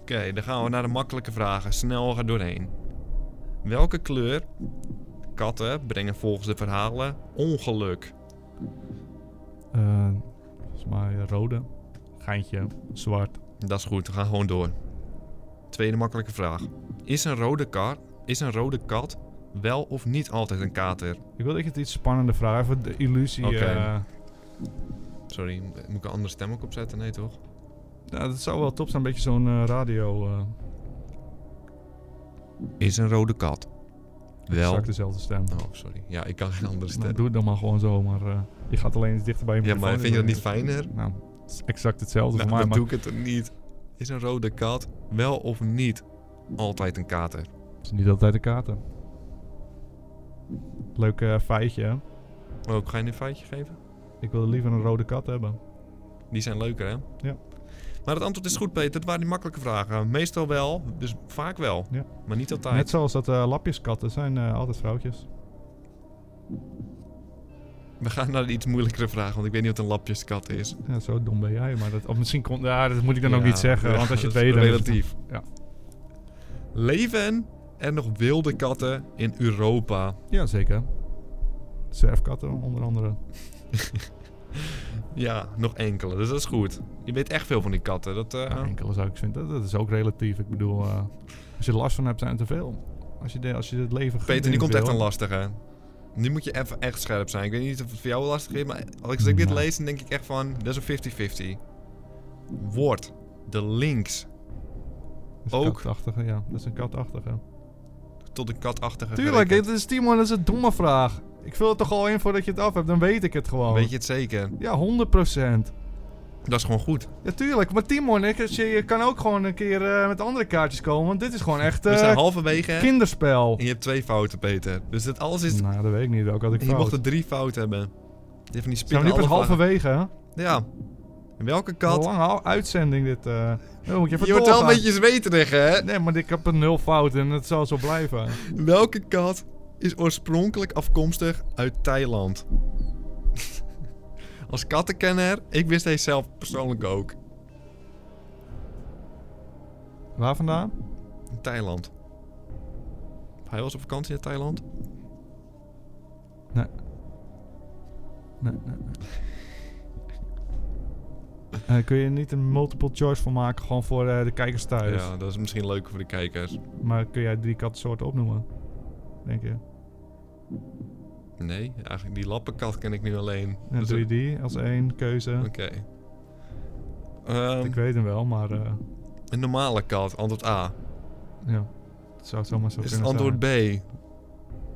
[SPEAKER 2] Oké, dan gaan we naar de makkelijke vragen. Snel er doorheen. Welke kleur katten brengen volgens de verhalen ongeluk?
[SPEAKER 3] Eh, volgens mij eh, rode, geintje, zwart.
[SPEAKER 2] Dat is goed, we gaan gewoon door. Tweede makkelijke vraag. Is een rode, kar, is een rode kat wel of niet altijd een kater?
[SPEAKER 3] Ik wil dat je het iets spannender vraagt. Even de illusie.
[SPEAKER 2] Oké.
[SPEAKER 3] eh,
[SPEAKER 2] Sorry, m- moet ik een andere stem ook opzetten? Nee, toch?
[SPEAKER 3] nou, dat zou wel top zijn. Een beetje zo'n eh, radio. eh,
[SPEAKER 2] is een rode kat. Wel.
[SPEAKER 3] Exact dezelfde stem.
[SPEAKER 2] Oh, sorry. Ja, ik kan geen andere
[SPEAKER 3] Nou,
[SPEAKER 2] stem.
[SPEAKER 3] doe het dan maar gewoon zo, maar eh, je gaat alleen eens dichter bij je
[SPEAKER 2] Ja, maar
[SPEAKER 3] microfoon.
[SPEAKER 2] vind je dat niet fijner?
[SPEAKER 3] Nou, het is exact hetzelfde
[SPEAKER 2] Nou,
[SPEAKER 3] voor
[SPEAKER 2] dan
[SPEAKER 3] mij, maar
[SPEAKER 2] doe ik het er niet. Is een rode kat wel of niet altijd een kater?
[SPEAKER 3] het is niet altijd de katen. Leuk eh, feitje, hè?
[SPEAKER 2] Oh, ga je een feitje geven?
[SPEAKER 3] Ik wil liever een rode kat hebben.
[SPEAKER 2] Die zijn leuker, hè?
[SPEAKER 3] Ja.
[SPEAKER 2] Maar het antwoord is goed, Peter. Het waren die makkelijke vragen. Meestal wel, dus vaak wel.
[SPEAKER 3] Ja.
[SPEAKER 2] Maar niet altijd.
[SPEAKER 3] Net zoals dat eh, lapjeskatten zijn eh, altijd vrouwtjes.
[SPEAKER 2] We gaan naar de iets moeilijkere vraag, want ik weet niet wat een lapjeskat is.
[SPEAKER 3] Ja, zo dom ben jij, maar dat, of misschien kon, ja, dat moet ik dan ook
[SPEAKER 2] Ja,
[SPEAKER 3] niet zeggen,
[SPEAKER 2] ja,
[SPEAKER 3] want als je het
[SPEAKER 2] dat is
[SPEAKER 3] weet... dan is het-
[SPEAKER 2] Relatief.
[SPEAKER 3] Ja.
[SPEAKER 2] Leven er nog wilde katten in Europa?
[SPEAKER 3] Ja, zeker. Zwerfkatten, onder andere.
[SPEAKER 2] Ja, nog enkele, dus dat is goed. Je weet echt veel van die katten. Dat, eh,
[SPEAKER 3] Ja, enkele zou Nou, ik vinden. Dat, dat is ook relatief. Ik bedoel, eh, als je er last van hebt, zijn het er veel. Als je, de, als je het leven gunt
[SPEAKER 2] Peter,
[SPEAKER 3] in
[SPEAKER 2] nu komt echt
[SPEAKER 3] veel-
[SPEAKER 2] een lastige. Nu moet je even echt scherp zijn. Ik weet niet of het voor jou lastig is, maar als ik dit
[SPEAKER 3] Nou.
[SPEAKER 2] lees, dan denk ik echt van, dat is een 50-50. Wordt de links
[SPEAKER 3] Dat is
[SPEAKER 2] ook.
[SPEAKER 3] katachtige, ja. Dat is een katachtige.
[SPEAKER 2] tot de katachtige
[SPEAKER 3] Tuurlijk,
[SPEAKER 2] gerekend?
[SPEAKER 3] dit is Timon, dat is een domme vraag. Ik vul het toch al in voordat je het af hebt, dan weet ik het gewoon.
[SPEAKER 2] Weet je het zeker?
[SPEAKER 3] Ja, 100%.
[SPEAKER 2] Dat is gewoon goed.
[SPEAKER 3] Ja, tuurlijk. Maar Timon, ik, je, je kan ook gewoon een keer eh, met andere kaartjes komen, want dit is gewoon echt
[SPEAKER 2] We
[SPEAKER 3] eh,
[SPEAKER 2] zijn halverwege en
[SPEAKER 3] kinderspel.
[SPEAKER 2] je hebt twee fouten, Peter. Dus dat alles is...
[SPEAKER 3] Nou, dat weet ik niet. Ook had ik
[SPEAKER 2] en je mocht
[SPEAKER 3] fout.
[SPEAKER 2] er drie fouten hebben. Je hebt van die
[SPEAKER 3] Zijn we
[SPEAKER 2] spinnen
[SPEAKER 3] nu pas
[SPEAKER 2] alle vlaggen.
[SPEAKER 3] halverwege, hè?
[SPEAKER 2] Ja. En welke
[SPEAKER 3] Een
[SPEAKER 2] kat?
[SPEAKER 3] lange hal- uitzending dit. eh. Dan moet je even
[SPEAKER 2] je wordt wel een
[SPEAKER 3] doorgaan.
[SPEAKER 2] beetje zweterig, hè?
[SPEAKER 3] Nee, maar ik heb een nul fout en het zal zo blijven.
[SPEAKER 2] Welke kat is oorspronkelijk afkomstig uit Thailand? Als kattenkenner, ik wist deze zelf persoonlijk ook.
[SPEAKER 3] Waar vandaan?
[SPEAKER 2] In Thailand. Hij was op vakantie in Thailand.
[SPEAKER 3] Nee. Nee, nee, nee. Eh, kun je er niet een multiple choice van maken, gewoon voor eh, de kijkers thuis?
[SPEAKER 2] Ja, dat is misschien leuker voor de kijkers.
[SPEAKER 3] Maar kun jij drie kattensoorten opnoemen? Denk je?
[SPEAKER 2] Nee, eigenlijk die lappenkat ken ik nu alleen.
[SPEAKER 3] En
[SPEAKER 2] Dus
[SPEAKER 3] 3D als één keuze.
[SPEAKER 2] dat- Oké. Ehm,
[SPEAKER 3] Ik weet hem wel, maar eh,
[SPEAKER 2] een normale kat, antwoord A.
[SPEAKER 3] ja. Het zou zomaar zo
[SPEAKER 2] Is het
[SPEAKER 3] kunnen
[SPEAKER 2] antwoord
[SPEAKER 3] zijn.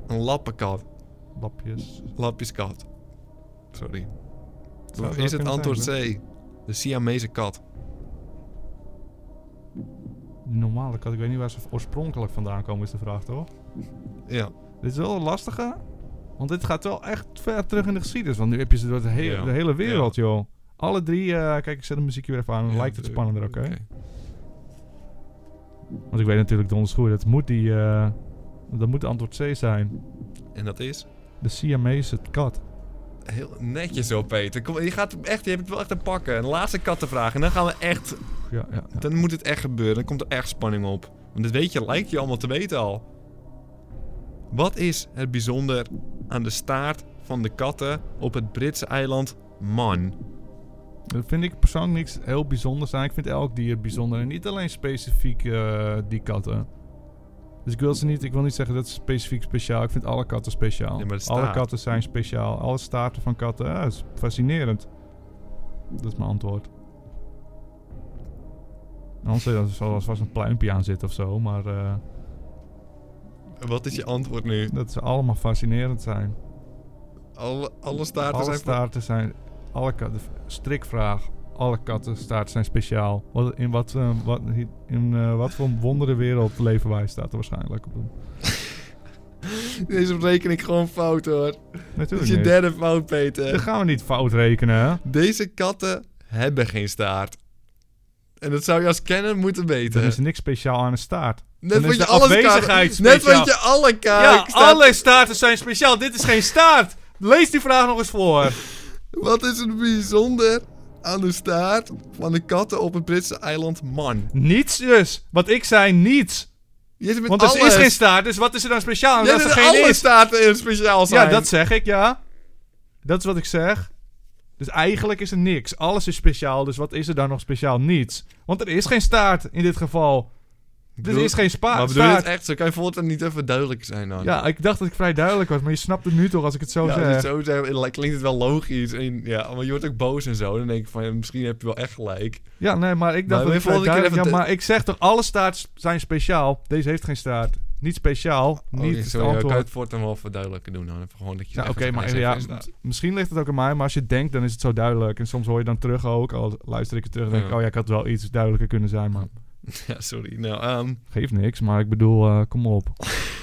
[SPEAKER 2] B? Een lappenkat.
[SPEAKER 3] Lapjes.
[SPEAKER 2] Lapjeskat. Sorry.
[SPEAKER 3] zou
[SPEAKER 2] is het
[SPEAKER 3] kunnen
[SPEAKER 2] antwoord
[SPEAKER 3] zijn,
[SPEAKER 2] C? De Siamese kat.
[SPEAKER 3] De normale kat, ik weet niet waar ze oorspronkelijk vandaan komen, is de vraag toch?
[SPEAKER 2] Ja.
[SPEAKER 3] Dit is wel een lastige. Want dit gaat wel echt ver terug in de geschiedenis. Want nu heb je ze door de, he-
[SPEAKER 2] Ja.
[SPEAKER 3] de hele wereld, joh. Alle drie... eh, kijk, ik zet de muziekje weer even aan. Dan
[SPEAKER 2] Ja,
[SPEAKER 3] lijkt het
[SPEAKER 2] natuurlijk.
[SPEAKER 3] spannender, eh, oké?
[SPEAKER 2] Oké.
[SPEAKER 3] Want ik weet natuurlijk donders goed. Het moet die... eh, dat moet antwoord C zijn.
[SPEAKER 2] En dat is
[SPEAKER 3] De Siamese kat.
[SPEAKER 2] heel netjes zo, Peter. Kom, je, gaat hem echt, je hebt het wel echt te pakken. Een laatste kattenvraag. En dan gaan we echt...
[SPEAKER 3] Pff, Ja, ja, ja.
[SPEAKER 2] Dan moet het echt gebeuren. Dan komt er echt spanning op. Want dit weet je, lijkt je allemaal te weten al. Wat is het bijzonder aan de staart van de katten op het Britse eiland Man?
[SPEAKER 3] Dat vind ik persoonlijk niks heel bijzonders aan. Ik vind elk dier bijzonder. En niet alleen specifiek eh, die katten. Dus ik wil ze niet... Ik wil niet zeggen dat ze specifiek speciaal... Ik vind alle katten speciaal.
[SPEAKER 2] Ja, maar de
[SPEAKER 3] alle
[SPEAKER 2] staart.
[SPEAKER 3] katten zijn speciaal. Alle staarten van katten. Ja, dat is fascinerend. Dat is mijn antwoord. Anders eh, zal er vast een pluimpje aan zitten of zo. Maar eh,
[SPEAKER 2] Wat is je antwoord nu?
[SPEAKER 3] dat ze allemaal fascinerend zijn.
[SPEAKER 2] Alle, alle staarten
[SPEAKER 3] alle
[SPEAKER 2] zijn... van-
[SPEAKER 3] staarten zijn... Alle katten... Strikvraag. Alle katten staarten zijn speciaal. Wat, in wat, eh, wat, in, eh, wat voor wonderen wereld leven wij staat er waarschijnlijk op.
[SPEAKER 2] Deze reken ik gewoon fout, hoor. Dit is
[SPEAKER 3] Natuurlijk
[SPEAKER 2] je
[SPEAKER 3] niet.
[SPEAKER 2] derde fout,
[SPEAKER 3] Dat
[SPEAKER 2] Peter.
[SPEAKER 3] gaan we niet fout rekenen, hè?
[SPEAKER 2] Deze katten hebben geen staart. En dat zou je als kenner moeten weten.
[SPEAKER 3] Dan is er niks speciaal aan een staart.
[SPEAKER 2] Net
[SPEAKER 3] dan
[SPEAKER 2] wat
[SPEAKER 3] is
[SPEAKER 2] je
[SPEAKER 3] de
[SPEAKER 2] alle
[SPEAKER 3] afwezigheid
[SPEAKER 2] kaart, Net
[SPEAKER 3] speciaal.
[SPEAKER 2] wat je alle
[SPEAKER 3] ja,
[SPEAKER 2] kaart.
[SPEAKER 3] alle staarten zijn speciaal. Dit is geen staart. Lees die vraag nog eens voor.
[SPEAKER 2] Wat is er bijzonder aan de staart van de katten op het Britse eiland Man?
[SPEAKER 3] Niets dus. Wat ik zei, niets.
[SPEAKER 2] Je zit met
[SPEAKER 3] Want
[SPEAKER 2] alles.
[SPEAKER 3] er is geen staart, dus wat is er dan speciaal? aan
[SPEAKER 2] Jij
[SPEAKER 3] dat er
[SPEAKER 2] zit met
[SPEAKER 3] geen
[SPEAKER 2] alle
[SPEAKER 3] is.
[SPEAKER 2] staarten in speciaal zijn.
[SPEAKER 3] Ja, dat zeg ik, ja. Dat is wat ik zeg. Dus eigenlijk is er niks. Alles is speciaal, dus wat is er dan nog speciaal? Niets. Want er is geen staart in dit geval. Dus Er
[SPEAKER 2] bedoel-
[SPEAKER 3] is geen spa
[SPEAKER 2] Maar bedoel je het
[SPEAKER 3] staart.
[SPEAKER 2] echt zo? Kan je voortaan niet even duidelijk zijn dan?
[SPEAKER 3] Ja, eh, ik dacht dat ik vrij duidelijk was, maar je snapt het nu toch als ik het zo
[SPEAKER 2] Ja, als je
[SPEAKER 3] zeg.
[SPEAKER 2] het zo zegt, dan klinkt het wel logisch. En, ja, maar je wordt ook boos en zo. Dan denk ik van, ja, misschien heb je wel echt gelijk.
[SPEAKER 3] Ja, nee, maar ik dacht
[SPEAKER 2] Maar
[SPEAKER 3] dat ik
[SPEAKER 2] wil je
[SPEAKER 3] vrij
[SPEAKER 2] volgende keer
[SPEAKER 3] duidelijk...
[SPEAKER 2] even de-
[SPEAKER 3] Ja, maar ik zeg toch, alle staarts zijn speciaal. Deze heeft geen staart. Niet speciaal.
[SPEAKER 2] Oh,
[SPEAKER 3] niet het
[SPEAKER 2] sorry, ik
[SPEAKER 3] antwoord.
[SPEAKER 2] kan het voortaan wel even duidelijker doen. Dan. Even gewoon dat je
[SPEAKER 3] Ja,
[SPEAKER 2] even
[SPEAKER 3] oké,
[SPEAKER 2] het
[SPEAKER 3] maar
[SPEAKER 2] gelijk
[SPEAKER 3] ja,
[SPEAKER 2] even staat.
[SPEAKER 3] m- misschien ligt het ook aan mij, maar als je het denkt, dan is het zo duidelijk. En soms hoor je dan terug ook, al luister ik het terug, dan denk ik,
[SPEAKER 2] Ja.
[SPEAKER 3] oh ja, ik had wel iets duidelijker kunnen zijn, maar
[SPEAKER 2] ja, sorry. Nou, ehm,
[SPEAKER 3] geeft niks. Maar ik bedoel, eh, kom op.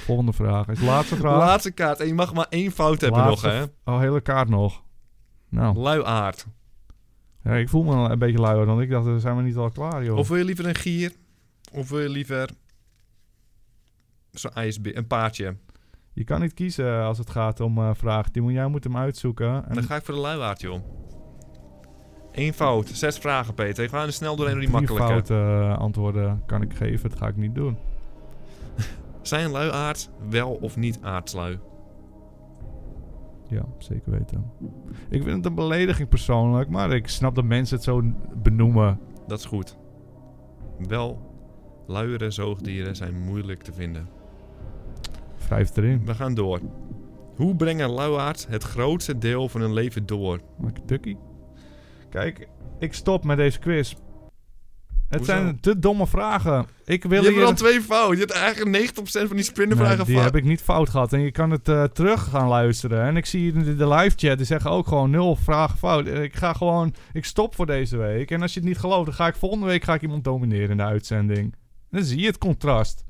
[SPEAKER 3] Volgende vraag. Is de laatste vraag?
[SPEAKER 2] laatste kaart. En je mag maar één fout hebben
[SPEAKER 3] Laatste
[SPEAKER 2] nog, hè?
[SPEAKER 3] Oh, hele kaart nog. Nou,
[SPEAKER 2] Luiaard.
[SPEAKER 3] ja, ik voel me al een beetje luier dan ik dacht, eh, zijn we niet al klaar, joh.
[SPEAKER 2] Of wil je liever een gier? Of wil je liever zo'n ijsbeer, een paardje?
[SPEAKER 3] Je kan niet kiezen als het gaat om eh vragen. Die moet jij moet hem uitzoeken. En
[SPEAKER 2] Dan ga ik voor de luiaard, joh. Eén fout. Zes vragen, Peter. Ik ga er snel doorheen door die
[SPEAKER 3] drie
[SPEAKER 2] makkelijke.
[SPEAKER 3] fouten eh, antwoorden kan ik geven. Dat ga ik niet doen.
[SPEAKER 2] Zijn luiaards wel of niet aardslui?
[SPEAKER 3] Ja, zeker weten. Ik vind het een belediging persoonlijk, maar ik snap dat mensen het zo benoemen.
[SPEAKER 2] Dat is goed. Wel, luiere zoogdieren zijn moeilijk te vinden.
[SPEAKER 3] Wrijf erin.
[SPEAKER 2] We gaan door. Hoe brengen luiaards het grootste deel van hun leven door?
[SPEAKER 3] Lekker tukkie. Kijk, ik stop met deze quiz. Het
[SPEAKER 2] Hoezo?
[SPEAKER 3] zijn te domme vragen. Ik wil
[SPEAKER 2] je hebt
[SPEAKER 3] hier...
[SPEAKER 2] er al twee fout. Je hebt eigenlijk 90% van die
[SPEAKER 3] Nee,
[SPEAKER 2] sprintervragen
[SPEAKER 3] die
[SPEAKER 2] fout.
[SPEAKER 3] heb ik niet fout gehad. En je kan het eh, terug gaan luisteren. En ik zie hier in de- de live chat, die zeggen ook gewoon nul vragen fout. Eh, Ik ga gewoon, ik stop voor deze week. En als je het niet gelooft, dan ga ik volgende week ga ik iemand domineren in de uitzending. Dan zie je het contrast.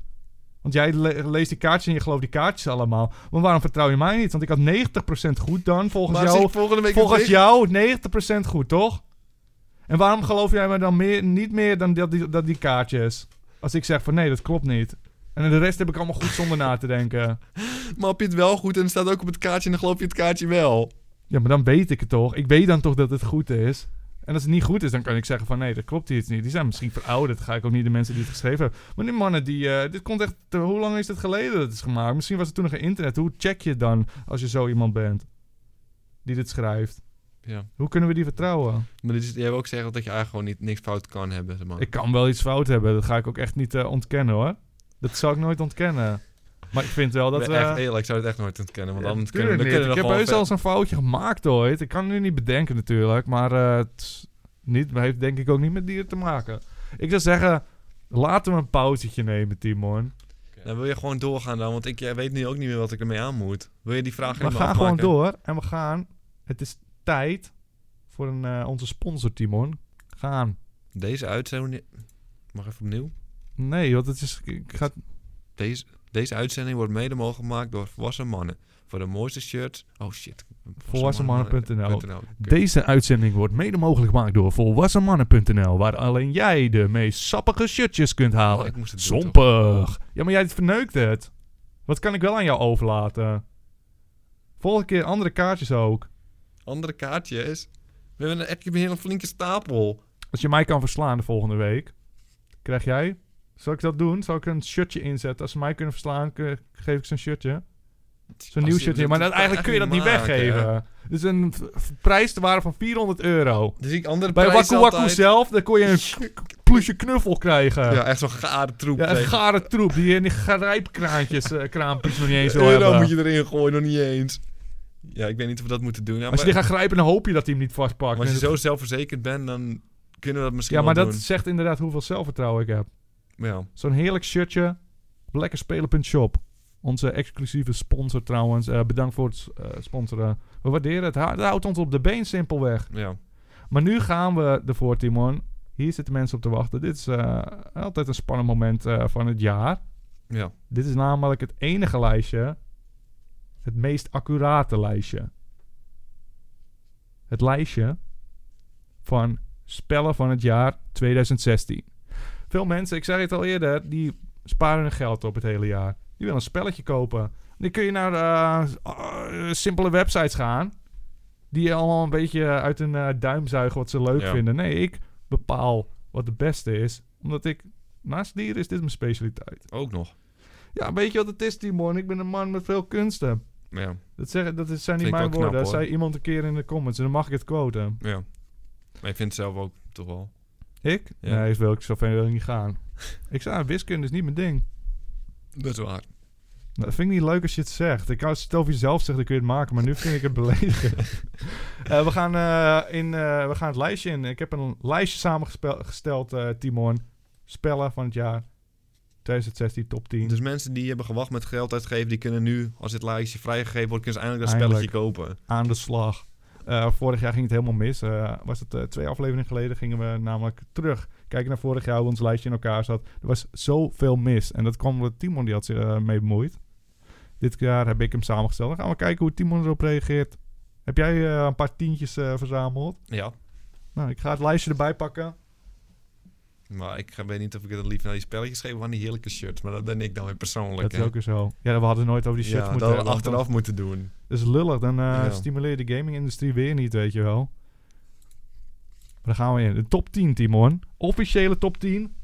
[SPEAKER 3] Want jij le- leest die kaartjes en je gelooft die kaartjes allemaal. Maar waarom vertrouw je mij niet? Want ik had 90% goed dan, volgens
[SPEAKER 2] Maar
[SPEAKER 3] jou.
[SPEAKER 2] zit volgende week
[SPEAKER 3] Volgens
[SPEAKER 2] een-
[SPEAKER 3] jou 90% goed, toch? En waarom geloof jij me dan meer, niet meer dan dat die, dat die kaartjes? Als ik zeg van nee, dat klopt niet. En de rest heb ik allemaal goed zonder na te denken.
[SPEAKER 2] Maar heb je het wel goed en het staat ook op het kaartje en dan geloof je het kaartje wel.
[SPEAKER 3] Ja, maar dan weet ik het toch. Ik weet dan toch dat het goed is. En als het niet goed is, dan kan ik zeggen van nee, dat klopt iets niet. Die zijn misschien verouderd. Ga ik ook niet de mensen die het geschreven hebben. Maar die mannen, die, eh, dit komt echt... eh, hoe lang is dit geleden dat het is gemaakt? Misschien was het toen nog geen internet. Hoe check je het dan als je zo iemand bent die dit schrijft?
[SPEAKER 2] Ja.
[SPEAKER 3] Hoe kunnen we die vertrouwen?
[SPEAKER 2] Maar dit is, jij wil ook zeggen dat je eigenlijk gewoon niet, niks fout kan hebben. zeg maar.
[SPEAKER 3] Ik kan wel iets fout hebben. Dat ga ik ook echt niet eh, ontkennen hoor. Dat zou ik nooit ontkennen. Maar ik vind wel
[SPEAKER 2] Ik
[SPEAKER 3] dat
[SPEAKER 2] ben
[SPEAKER 3] we.
[SPEAKER 2] echt eerlijk, ik zou het echt nooit ontkennen. Want
[SPEAKER 3] Ja,
[SPEAKER 2] anders
[SPEAKER 3] tuurlijk
[SPEAKER 2] kunnen, dan
[SPEAKER 3] niet.
[SPEAKER 2] kunnen we
[SPEAKER 3] ik heb
[SPEAKER 2] gewoon
[SPEAKER 3] heus
[SPEAKER 2] ver-
[SPEAKER 3] al eens een foutje gemaakt ooit. Ik kan het nu niet bedenken natuurlijk. Maar eh, het is niet, maar heeft denk ik ook niet met dieren te maken. Ik zou zeggen, laten we een pauzetje nemen, Timon.
[SPEAKER 2] Nou, wil je gewoon doorgaan dan? Want ik eh, weet nu ook niet meer wat ik ermee aan moet. Wil je die vraag
[SPEAKER 3] We
[SPEAKER 2] helemaal
[SPEAKER 3] gaan gewoon
[SPEAKER 2] afmaken?
[SPEAKER 3] door en we gaan. Het is tijd voor een, eh, onze sponsor, Timon. Gaan.
[SPEAKER 2] Deze uitzending... Mag even opnieuw?
[SPEAKER 3] Nee, want het is. Ik ga,
[SPEAKER 2] Deze, deze uitzending wordt mede mogelijk gemaakt door Volwassen Mannen. Voor de mooiste shirts... Oh shit.
[SPEAKER 3] Volwassenmannen.nl.
[SPEAKER 2] Volwassenmannen.nl.
[SPEAKER 3] Deze uitzending wordt mede mogelijk gemaakt door volwassenmannen.nl, waar alleen jij de meest sappige shirtjes kunt
[SPEAKER 2] Oh,
[SPEAKER 3] halen.
[SPEAKER 2] ik moest het doen, toch?
[SPEAKER 3] Zompig. Ja, maar jij verneukt het. Wat kan ik wel aan jou overlaten? Volgende keer andere kaartjes ook.
[SPEAKER 2] Andere kaartjes? We hebben een, echt een hele flinke stapel.
[SPEAKER 3] Als je mij kan verslaan de volgende week, krijg jij. Zal ik dat doen? Zal ik een shirtje inzetten? Als ze mij kunnen verslaan, ke- geef ik ze een shirtje. Zo'n nieuw
[SPEAKER 2] Als je-
[SPEAKER 3] shirtje. Maar dat, eigenlijk kun je dat niet
[SPEAKER 2] maken, hè?
[SPEAKER 3] weggeven. Dus een v- v- prijs te waarde van 400 euro.
[SPEAKER 2] Dus ik andere
[SPEAKER 3] Bij
[SPEAKER 2] prijzen
[SPEAKER 3] Waku Waku
[SPEAKER 2] altijd.
[SPEAKER 3] zelf, dan kon je een k- k- plusje knuffel krijgen.
[SPEAKER 2] Ja, echt zo'n gare troep.
[SPEAKER 3] Ja, een
[SPEAKER 2] zeg.
[SPEAKER 3] gare troep die in die grijpkraantjes, eh kraampjes nog niet eens wil
[SPEAKER 2] euro
[SPEAKER 3] hebben.
[SPEAKER 2] moet je erin gooien, nog niet eens. Ja, ik weet niet of we dat moeten doen. Ja,
[SPEAKER 3] Als je
[SPEAKER 2] maar,
[SPEAKER 3] die gaat grijpen, dan hoop je dat hij hem niet vastpakt.
[SPEAKER 2] maar als je
[SPEAKER 3] En-
[SPEAKER 2] zo zelfverzekerd bent, dan kunnen we dat misschien
[SPEAKER 3] ja, maar
[SPEAKER 2] wel
[SPEAKER 3] dat
[SPEAKER 2] doen.
[SPEAKER 3] zegt inderdaad hoeveel zelfvertrouwen ik heb.
[SPEAKER 2] Maar Ja,
[SPEAKER 3] Zo'n heerlijk shirtje op lekkerspelen.shop. Onze exclusieve sponsor trouwens. Eh, bedankt voor het eh, sponsoren. We waarderen het. Het houdt ons op de been simpelweg.
[SPEAKER 2] ja.
[SPEAKER 3] Maar nu gaan we ervoor, Timon. Hier zitten mensen op te wachten. Dit is eh, altijd een spannend moment eh, van het jaar.
[SPEAKER 2] ja.
[SPEAKER 3] Dit is namelijk het enige lijstje. Het meest accurate lijstje. Het lijstje van spellen van het jaar 2016. Veel mensen, ik zei het al eerder, die sparen hun geld op het hele jaar. Die willen een spelletje kopen. Dan kun je naar eh, s- eh, simpele websites gaan. Die allemaal een beetje uit hun eh, duim zuigen wat ze leuk
[SPEAKER 2] Ja.
[SPEAKER 3] vinden. Nee, ik bepaal wat de beste is. Omdat ik, naast dieren is dit mijn specialiteit.
[SPEAKER 2] Ook nog.
[SPEAKER 3] Ja, weet je wat het is, Timon? Ik ben een man met veel kunsten.
[SPEAKER 2] Ja,
[SPEAKER 3] Dat, zeggen, dat is- zijn niet
[SPEAKER 2] Vind ik wel
[SPEAKER 3] mijn
[SPEAKER 2] knap,
[SPEAKER 3] woorden. Dat
[SPEAKER 2] hoor.
[SPEAKER 3] zei iemand een keer in de comments. En dan mag ik het quoten.
[SPEAKER 2] ja. Maar ik vind het zelf ook toch wel.
[SPEAKER 3] Ik?
[SPEAKER 2] Ja.
[SPEAKER 3] Nee, wil ik zo ver wil ik niet gaan. ik zei, ah, wiskunde is niet mijn ding.
[SPEAKER 2] Dat is waar.
[SPEAKER 3] Nou, dat vind ik niet leuk als je het zegt. Ik, als je het over jezelf zegt, dan kun je het maken. Maar nu vind ik het beledigend. Eh, we, gaan, eh, in, eh, we gaan het lijstje in. Ik heb een lijstje samengesteld, eh Timon. Spellen van het jaar 2016 top 10.
[SPEAKER 2] Dus mensen die hebben gewacht met geld uitgeven, die kunnen nu, als dit lijstje vrijgegeven wordt, kunnen ze eindelijk dat
[SPEAKER 3] Eindelijk.
[SPEAKER 2] spelletje kopen.
[SPEAKER 3] aan de slag. Eh, vorig jaar ging het helemaal mis. Eh, was het eh, twee afleveringen geleden gingen we namelijk terug kijken naar vorig jaar hoe ons lijstje in elkaar zat. Er was zoveel mis. En dat kwam omdat Timon die had zich eh, mee bemoeid. Dit jaar heb ik hem samengesteld. Dan gaan we kijken hoe Timon erop reageert. Heb jij eh, een paar tientjes eh, verzameld?
[SPEAKER 2] Ja,
[SPEAKER 3] Nou, ik ga het lijstje erbij pakken.
[SPEAKER 2] maar ik ga- weet niet of ik het lief naar die spelletjes geef van die heerlijke shirts. Maar dat ben ik dan weer persoonlijk.
[SPEAKER 3] Dat is
[SPEAKER 2] hè.
[SPEAKER 3] ook weer zo. Ja, we hadden nooit over die
[SPEAKER 2] ja,
[SPEAKER 3] shirts
[SPEAKER 2] dat
[SPEAKER 3] moeten
[SPEAKER 2] hadden we
[SPEAKER 3] hebben, want
[SPEAKER 2] achteraf moeten doen.
[SPEAKER 3] Dat is lullig. Dan eh,
[SPEAKER 2] Ja.
[SPEAKER 3] stimuleer je de gaming-industrie weer niet, weet je wel. Maar dan gaan we in. De top 10, Timon. Officiële top 10.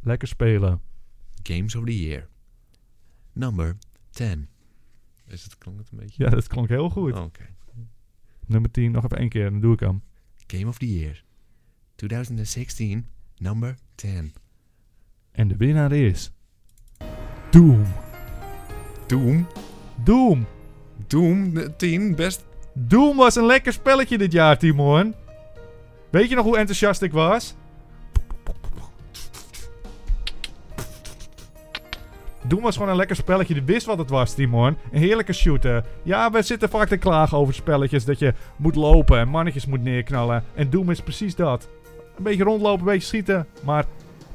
[SPEAKER 3] Lekker spelen.
[SPEAKER 2] Games of the Year. Number 10. Is het, klonk het een beetje?
[SPEAKER 3] Ja, dat klonk heel goed.
[SPEAKER 2] Oh, Oké.
[SPEAKER 3] Nummer 10, nog even één keer. Dan doe ik hem.
[SPEAKER 2] Game of the Year. 2016, number 10.
[SPEAKER 3] En de winnaar is... Doom.
[SPEAKER 2] Doom.
[SPEAKER 3] Doom.
[SPEAKER 2] Doom eh, 10, best.
[SPEAKER 3] Doom was een lekker spelletje dit jaar, Timon. Weet je nog hoe enthousiast ik was? Doom was gewoon een lekker spelletje. Je wist wat het was, Timon. Een heerlijke shooter. Ja, we zitten vaak te klagen over spelletjes. Dat je moet lopen en mannetjes moet neerknallen. En Doom is precies dat. Een beetje rondlopen, een beetje schieten. Maar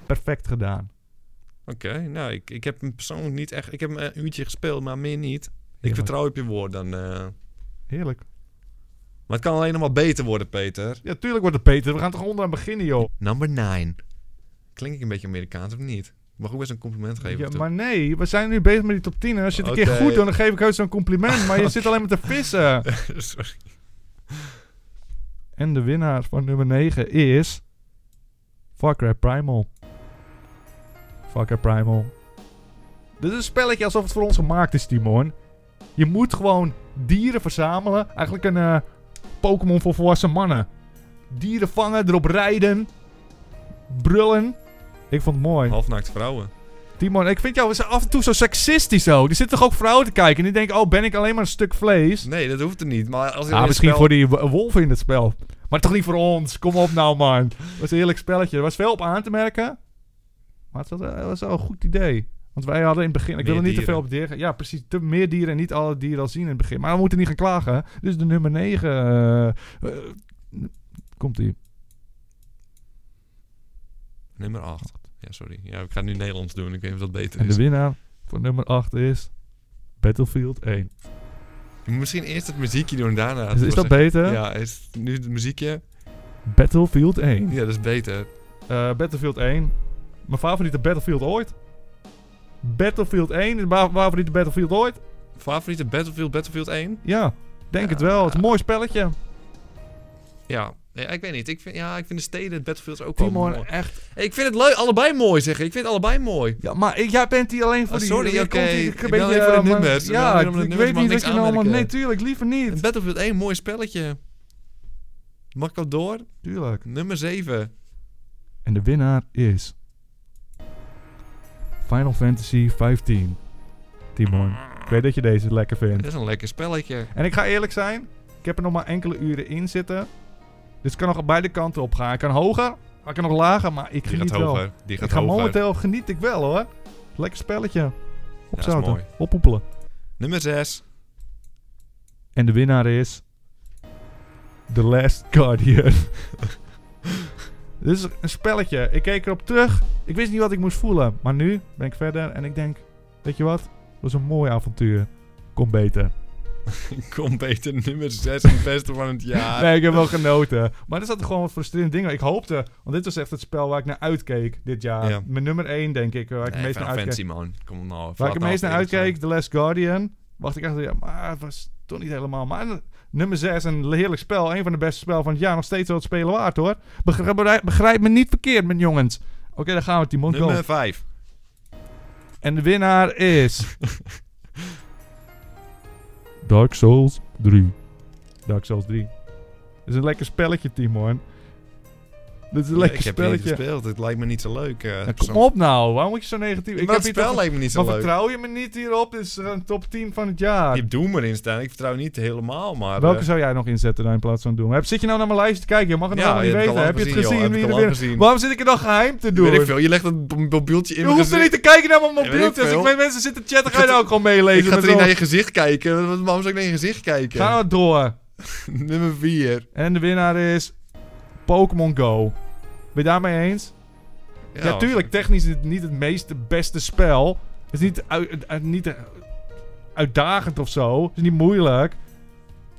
[SPEAKER 3] perfect gedaan.
[SPEAKER 2] Oké, nou, ik, ik heb hem persoonlijk niet echt. Ik heb hem eh, een uurtje gespeeld, maar meer niet. Ik
[SPEAKER 3] Heerlijk.
[SPEAKER 2] vertrouw op je woord dan. eh.
[SPEAKER 3] Heerlijk.
[SPEAKER 2] Maar het kan alleen nog maar beter worden, Peter.
[SPEAKER 3] Ja, tuurlijk wordt het beter. We gaan toch onderaan beginnen, joh.
[SPEAKER 2] Number 9. Klink ik een beetje Amerikaans of niet? Ik Mag ook best een compliment geven.
[SPEAKER 3] Ja,
[SPEAKER 2] toch?
[SPEAKER 3] maar nee, we zijn nu bezig met die top 10. En als je het een
[SPEAKER 2] Oké.
[SPEAKER 3] keer goed doet, dan geef ik heus zo'n compliment. Maar je zit alleen maar te vissen.
[SPEAKER 2] Sorry.
[SPEAKER 3] En de winnaar van nummer 9 is... Far Cry Primal. Far Cry Primal. Dit is een spelletje alsof het voor ons gemaakt is, Timon. Je moet gewoon dieren verzamelen. Eigenlijk een eh, Pokémon voor volwassen mannen. Dieren vangen, erop rijden. Brullen. Ik vond het mooi.
[SPEAKER 2] Halfnaakt vrouwen.
[SPEAKER 3] Timon, ik vind jou zo- af en toe zo seksistisch ook. Er zitten toch ook vrouwen te kijken en die denken, oh, ben ik alleen maar een stuk vlees?
[SPEAKER 2] Nee, dat hoeft er niet. Maar als
[SPEAKER 3] Ah, misschien voor die w- wolven in het spel. Maar toch niet voor ons. Kom op nou, man. Het was een heerlijk spelletje. Er was veel op aan te merken. Maar het was, eh, het was wel een goed idee. Want wij hadden in het begin... Ik
[SPEAKER 2] Meer
[SPEAKER 3] wil er niet te
[SPEAKER 2] dieren.
[SPEAKER 3] veel op dieren. Ja, precies. Te meer dieren en niet alle dieren al zien in het begin. Maar we moeten niet gaan klagen. Dus de nummer 9... eh, eh, Komt-ie.
[SPEAKER 2] Nummer 8. Ja, sorry. Ja, ik ga het nu Nederlands doen. Ik weet niet of dat beter
[SPEAKER 3] En de
[SPEAKER 2] is.
[SPEAKER 3] winnaar voor nummer 8 is... Battlefield 1.
[SPEAKER 2] Je moet Misschien eerst het muziekje doen en daarna.
[SPEAKER 3] Is, is dat beter?
[SPEAKER 2] Ja, is nu het muziekje.
[SPEAKER 3] Battlefield 1.
[SPEAKER 2] Ja, dat is beter.
[SPEAKER 3] Eh, Battlefield 1. Mijn favoriete Battlefield ooit. Battlefield 1 is mijn favoriete Battlefield ooit.
[SPEAKER 2] Favoriete Battlefield, Battlefield 1?
[SPEAKER 3] Ja, denk
[SPEAKER 2] Ja.
[SPEAKER 3] het wel. Het is een mooi spelletje.
[SPEAKER 2] Ja. Ja, ik weet niet. Ik vind, ja, ik vind de steden, het Battlefield ook wel
[SPEAKER 3] Timon,
[SPEAKER 2] mooi.
[SPEAKER 3] echt.
[SPEAKER 2] Ik vind het leuk, allebei mooi zeg ik. Ik vind het allebei mooi.
[SPEAKER 3] Ja, maar ik, jij bent hier alleen voor
[SPEAKER 2] Oh,
[SPEAKER 3] die...
[SPEAKER 2] sorry,
[SPEAKER 3] je
[SPEAKER 2] oké.
[SPEAKER 3] komt hier een
[SPEAKER 2] Ik ben
[SPEAKER 3] beetje,
[SPEAKER 2] alleen voor de
[SPEAKER 3] eh, maar-
[SPEAKER 2] nummers. Ik ben
[SPEAKER 3] Ja,
[SPEAKER 2] alleen
[SPEAKER 3] ik,
[SPEAKER 2] om de
[SPEAKER 3] ik
[SPEAKER 2] nummers,
[SPEAKER 3] weet
[SPEAKER 2] mag
[SPEAKER 3] niet wat
[SPEAKER 2] niks
[SPEAKER 3] je nou allemaal...
[SPEAKER 2] aanmerken.
[SPEAKER 3] Nee, tuurlijk, liever niet.
[SPEAKER 2] Battlefield 1, mooi spelletje. Mag ik al door?
[SPEAKER 3] Tuurlijk.
[SPEAKER 2] Nummer 7.
[SPEAKER 3] En de winnaar is... Final Fantasy 15. Timon, ik weet dat je deze lekker vindt.
[SPEAKER 2] Dat is een lekker spelletje.
[SPEAKER 3] En ik ga eerlijk zijn, ik heb er nog maar enkele uren in zitten. Dus het kan nog beide kanten op gaan. Ik kan hoger, maar ik kan nog lager, maar ik
[SPEAKER 2] Die
[SPEAKER 3] geniet
[SPEAKER 2] gaat
[SPEAKER 3] wel.
[SPEAKER 2] hoger. Die gaat
[SPEAKER 3] ik ga
[SPEAKER 2] hoger.
[SPEAKER 3] momenteel geniet ik wel hoor. Lekker spelletje. Opzouten,
[SPEAKER 2] mooi.
[SPEAKER 3] oppoepelen.
[SPEAKER 2] Nummer 6.
[SPEAKER 3] En de winnaar is... The Last Guardian. Dit is een spelletje. Ik keek erop terug. Ik wist niet wat ik moest voelen. Maar nu ben ik verder en ik denk... Weet je wat? Het was een mooi avontuur. Kom beter.
[SPEAKER 2] Kom beter, nummer 6 en beste van het jaar.
[SPEAKER 3] Nee, ik heb wel genoten. Maar er zaten gewoon wat frustrerende dingen. Ik hoopte, want dit was echt het spel waar ik naar uitkeek dit jaar.
[SPEAKER 2] Ja.
[SPEAKER 3] Mijn nummer 1, denk ik, waar ik het
[SPEAKER 2] Nee,
[SPEAKER 3] meest naar
[SPEAKER 2] Final Fantasy,
[SPEAKER 3] uitkeek.
[SPEAKER 2] man. Kom nou.
[SPEAKER 3] Waar ik
[SPEAKER 2] laat
[SPEAKER 3] het meest
[SPEAKER 2] nou
[SPEAKER 3] naar
[SPEAKER 2] eerlijk zijn.
[SPEAKER 3] uitkeek, The Last Guardian. Wacht ik echt, ja, maar het was toch niet helemaal. Maar eh, nummer 6, een heerlijk spel. Een van de beste spel van het jaar. Nog steeds wel het spelen waard, hoor. Begrijp, begrijp me niet verkeerd, mijn jongens. Oké, daar gaan we, Timon. Go.
[SPEAKER 2] Nummer 5.
[SPEAKER 3] En de winnaar is... Dark Souls 3. Dark Souls 3. Dat is een lekker spelletje, Timon. Dit is een
[SPEAKER 2] Ja,
[SPEAKER 3] lekker
[SPEAKER 2] ik heb het niet
[SPEAKER 3] spelletje.
[SPEAKER 2] gespeeld. Het lijkt me niet zo leuk. eh,
[SPEAKER 3] Ja, kom
[SPEAKER 2] persoonlijk.
[SPEAKER 3] op nou, waarom word je zo negatief?
[SPEAKER 2] maar het
[SPEAKER 3] hier
[SPEAKER 2] spel
[SPEAKER 3] toch-
[SPEAKER 2] lijkt me niet zo
[SPEAKER 3] Maar
[SPEAKER 2] leuk.
[SPEAKER 3] vertrouw je me niet hierop? Dit is eh, een top 10 van het jaar.
[SPEAKER 2] Je hebt Doom erin staan. Ik vertrouw niet helemaal, maar...
[SPEAKER 3] Welke
[SPEAKER 2] eh,
[SPEAKER 3] zou jij nog inzetten dan in plaats van Doom? Heb- Zit je nou naar mijn lijst te kijken? Je mag het
[SPEAKER 2] Ja,
[SPEAKER 3] allemaal niet
[SPEAKER 2] heb ik al
[SPEAKER 3] weten.
[SPEAKER 2] lang
[SPEAKER 3] Heb je het
[SPEAKER 2] gezien, joh. Heb
[SPEAKER 3] gezien? wie
[SPEAKER 2] ik al
[SPEAKER 3] er
[SPEAKER 2] lang
[SPEAKER 3] weer-
[SPEAKER 2] gezien.
[SPEAKER 3] Waarom zit ik er dan geheim te doen?
[SPEAKER 2] Weet ik veel. Je legt een m- mobieltje in
[SPEAKER 3] Je
[SPEAKER 2] mijn
[SPEAKER 3] hoeft er
[SPEAKER 2] gezicht.
[SPEAKER 3] niet te kijken naar mijn
[SPEAKER 2] Ja, weet ik
[SPEAKER 3] mobieltje. Als ik
[SPEAKER 2] veel.
[SPEAKER 3] met mensen zit te chatten, ga
[SPEAKER 2] ga
[SPEAKER 3] je daar ook gewoon meelezen.
[SPEAKER 2] Ik ga
[SPEAKER 3] met
[SPEAKER 2] er niet
[SPEAKER 3] zo'n-
[SPEAKER 2] naar je gezicht kijken. Wat- Waarom zou ik naar je gezicht kijken?
[SPEAKER 3] Ga nou door.
[SPEAKER 2] Nummer 4.
[SPEAKER 3] En de winnaar is Pokémon Go. Ben je daarmee eens? Ja, tuurlijk. Technisch is het niet het meest beste spel. Het is niet, ui- het- het- niet eh, uitdagend of zo. Het is niet moeilijk.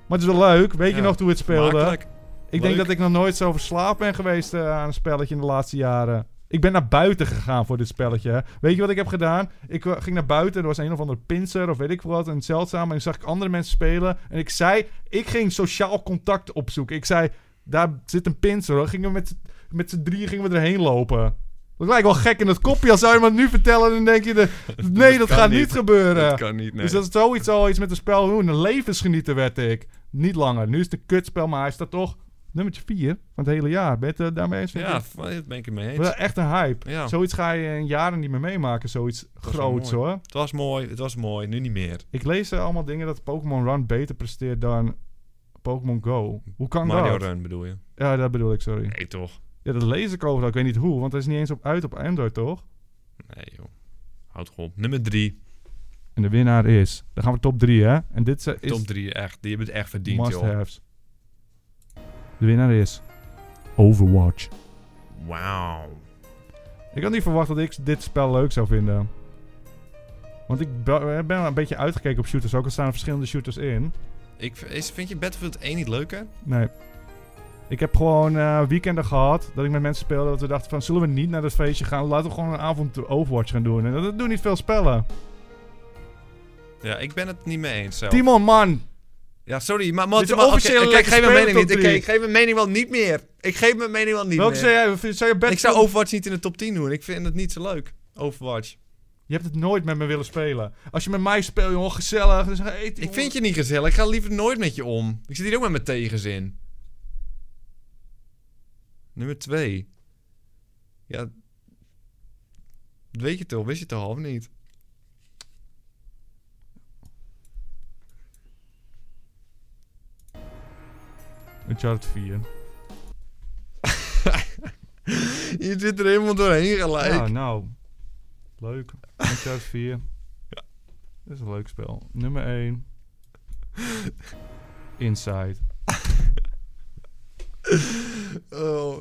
[SPEAKER 3] Maar het is wel leuk. Weet je
[SPEAKER 2] Ja,
[SPEAKER 3] nog hoe het speelde?
[SPEAKER 2] Makkelijk.
[SPEAKER 3] Ik
[SPEAKER 2] Leuk.
[SPEAKER 3] denk dat ik nog nooit zo verslaafd ben geweest eh, aan een spelletje in de laatste jaren. Ik ben naar buiten gegaan voor dit spelletje. hè. Weet je wat ik heb gedaan? Ik eh, ging naar buiten, er was een of andere pinser of weet ik wat, een zeldzaam. En toen zag ik andere mensen spelen. En ik zei, ik ging sociaal contact opzoeken. Ik zei, daar zit een pinser. hoor. Gingen we met, z'n- met z'n drieën gingen we erheen lopen. Dat lijkt wel gek in het kopje. Als zou je me dat nu vertellen, dan denk je, de, nee, dat,
[SPEAKER 2] kan
[SPEAKER 3] gaat niet,
[SPEAKER 2] niet.
[SPEAKER 3] gebeuren.
[SPEAKER 2] Dat kan niet, nee.
[SPEAKER 3] Dus dat is zoiets al iets met een spel. Hoe een levensgenieter werd ik. Niet langer. Nu is het een kutspel, maar hij staat toch nummertje 4 van het hele jaar. Ben je het eh, daarmee eens?
[SPEAKER 2] Ja, v- daar ben ik het mee eens.
[SPEAKER 3] Wel echt een hype.
[SPEAKER 2] Ja.
[SPEAKER 3] Zoiets ga je in jaren niet meer meemaken. Zoiets
[SPEAKER 2] wel
[SPEAKER 3] groots
[SPEAKER 2] mooi.
[SPEAKER 3] hoor.
[SPEAKER 2] Het was mooi, het was mooi. Nu niet meer.
[SPEAKER 3] Ik lees eh, allemaal dingen dat Pokémon Run beter presteert dan Pokémon Go. Hoe kan
[SPEAKER 2] Mario
[SPEAKER 3] dat?
[SPEAKER 2] Run bedoel je?
[SPEAKER 3] Ja, dat bedoel ik, sorry.
[SPEAKER 2] Nee, toch?
[SPEAKER 3] Ja, dat lees ik overal. Ik weet niet hoe, want dat is niet eens op uit op Android, toch?
[SPEAKER 2] Nee, joh. Houd gewoon op. Nummer 3.
[SPEAKER 3] En de winnaar is... Dan gaan we top 3, hè? En dit eh, is...
[SPEAKER 2] Top 3, echt. Die hebben het echt verdiend, joh.
[SPEAKER 3] must-haves. De winnaar is Overwatch.
[SPEAKER 2] Wauw.
[SPEAKER 3] Ik had niet verwacht dat ik dit spel leuk zou vinden. Want ik be- eh, ben wel een beetje uitgekeken op shooters. Ook al staan er verschillende shooters in.
[SPEAKER 2] Ik, is, vind je Battlefield 1 niet leuker?
[SPEAKER 3] Nee. Ik heb gewoon eh, weekenden gehad dat ik met mensen speelde. Dat we dachten van, zullen we niet naar dat feestje gaan? Laten we gewoon een avond Overwatch gaan doen. En dat- dat doen niet veel spellen.
[SPEAKER 2] Ja, ik ben het niet mee eens zelf.
[SPEAKER 3] Timon, man!
[SPEAKER 2] Ja, sorry, maar...
[SPEAKER 3] Dit
[SPEAKER 2] maar,
[SPEAKER 3] is
[SPEAKER 2] maar- oké,
[SPEAKER 3] officieel
[SPEAKER 2] ik- ik,
[SPEAKER 3] lekker
[SPEAKER 2] geef mijn
[SPEAKER 3] spelen
[SPEAKER 2] mening
[SPEAKER 3] top
[SPEAKER 2] niet. Ik,
[SPEAKER 3] drie.
[SPEAKER 2] ik geef mijn mening wel niet meer. Ik geef mijn mening wel niet
[SPEAKER 3] Welke
[SPEAKER 2] meer.
[SPEAKER 3] zou jij... vind- Zou je best
[SPEAKER 2] Ik zou Overwatch niet in de top 10 doen. Ik vind het niet zo leuk. Overwatch.
[SPEAKER 3] Je hebt het nooit met me willen spelen. Als je met mij speelt, jongen, gezellig. Dan zeg je, hey, Timon.
[SPEAKER 2] Ik vind je niet gezellig. Ik ga liever nooit met je om. Ik zit hier ook met mijn tegenzin. Nummer 2. Ja. Dat Weet je toch? Wist je het al of niet?
[SPEAKER 3] Uncharted 4.
[SPEAKER 2] Je zit er helemaal doorheen gelijk.
[SPEAKER 3] Ja, nou. Leuk. Uncharted 4. Dat is een leuk spel. Nummer 1. Inside.
[SPEAKER 2] Oh.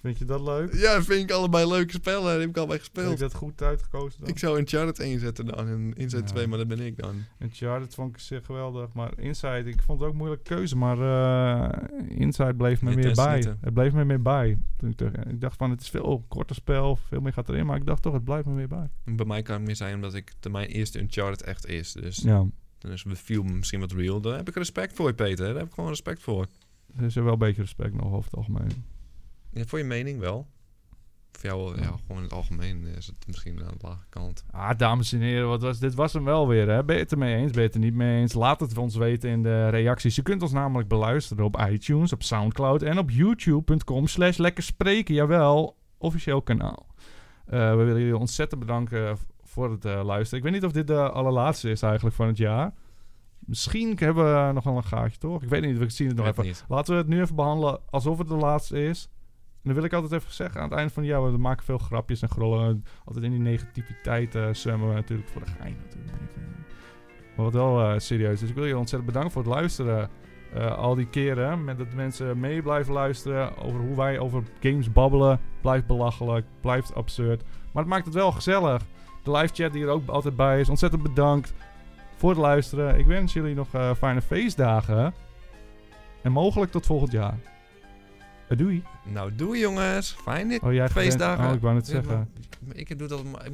[SPEAKER 3] Vind je dat leuk?
[SPEAKER 2] Ja, vind ik allebei leuke spellen. Daar heb ik allebei
[SPEAKER 3] Heb ik
[SPEAKER 2] gespeeld.
[SPEAKER 3] dat goed uitgekozen dan?
[SPEAKER 2] Ik zou Uncharted 1 zetten dan. En Inzet
[SPEAKER 3] Ja.
[SPEAKER 2] 2, maar dat ben ik dan.
[SPEAKER 3] Uncharted vond ik zeer geweldig. Maar Inside, ik vond het ook een moeilijke keuze. Maar eh, Inside bleef me
[SPEAKER 2] Je
[SPEAKER 3] meer
[SPEAKER 2] test
[SPEAKER 3] bij.
[SPEAKER 2] niet, hè?
[SPEAKER 3] het bleef me meer bij. Toen ik, er- ik dacht van, het is veel korter spel. Veel meer gaat erin. Maar ik dacht toch, het blijft me meer bij.
[SPEAKER 2] Bij mij kan het meer zijn omdat ik de, mijn eerste Uncharted echt is. Dus
[SPEAKER 3] Ja,
[SPEAKER 2] dan is het film misschien wat real. Daar heb ik respect voor, Peter. Daar heb ik gewoon respect voor.
[SPEAKER 3] er is er wel een beetje respect nog over het algemeen.
[SPEAKER 2] Ja, voor je mening wel. Voor jou wel, ja.
[SPEAKER 3] Ja.
[SPEAKER 2] gewoon in het algemeen is het misschien aan de lage kant.
[SPEAKER 3] Ah, dames en heren, wat was, dit was hem wel weer. Hè? Ben je het ermee eens? Ben je het er niet mee eens? Laat het ons weten in de reacties. Je kunt ons namelijk beluisteren op iTunes, op Soundcloud en op youtube.com slash lekker spreken. Jawel, officieel kanaal. Eh, we willen jullie ontzettend bedanken voor het eh, luisteren. Ik weet niet of dit de allerlaatste is eigenlijk van het jaar. Misschien hebben we nog wel een gaatje, toch? Ik weet niet, we zien het nog
[SPEAKER 2] Weet
[SPEAKER 3] even.
[SPEAKER 2] niet.
[SPEAKER 3] Laten we het nu even behandelen alsof het de laatste is. En dan wil ik altijd even zeggen aan het einde van ja, we maken veel grapjes en grollen. Altijd in die negativiteit eh zwemmen we natuurlijk voor de gein natuurlijk. niet, eh. Maar wat wel eh, serieus. Dus ik wil jullie ontzettend bedanken voor het luisteren. eh, al die keren. Met dat mensen mee blijven luisteren. Over hoe wij over games babbelen. Blijft belachelijk. Blijft absurd. Maar het maakt het wel gezellig. De live chat die er ook altijd bij is. Ontzettend bedankt voor het luisteren. Ik wens jullie nog eh, fijne feestdagen. En mogelijk tot volgend jaar. Eh, doei.
[SPEAKER 2] Nou, doei jongens. Fijn dit.
[SPEAKER 3] Oh, jij gaat-
[SPEAKER 2] Feestdagen.
[SPEAKER 3] Oh, ik wou net
[SPEAKER 2] Ja, maar
[SPEAKER 3] zeggen.
[SPEAKER 2] Ik doe dat... maar-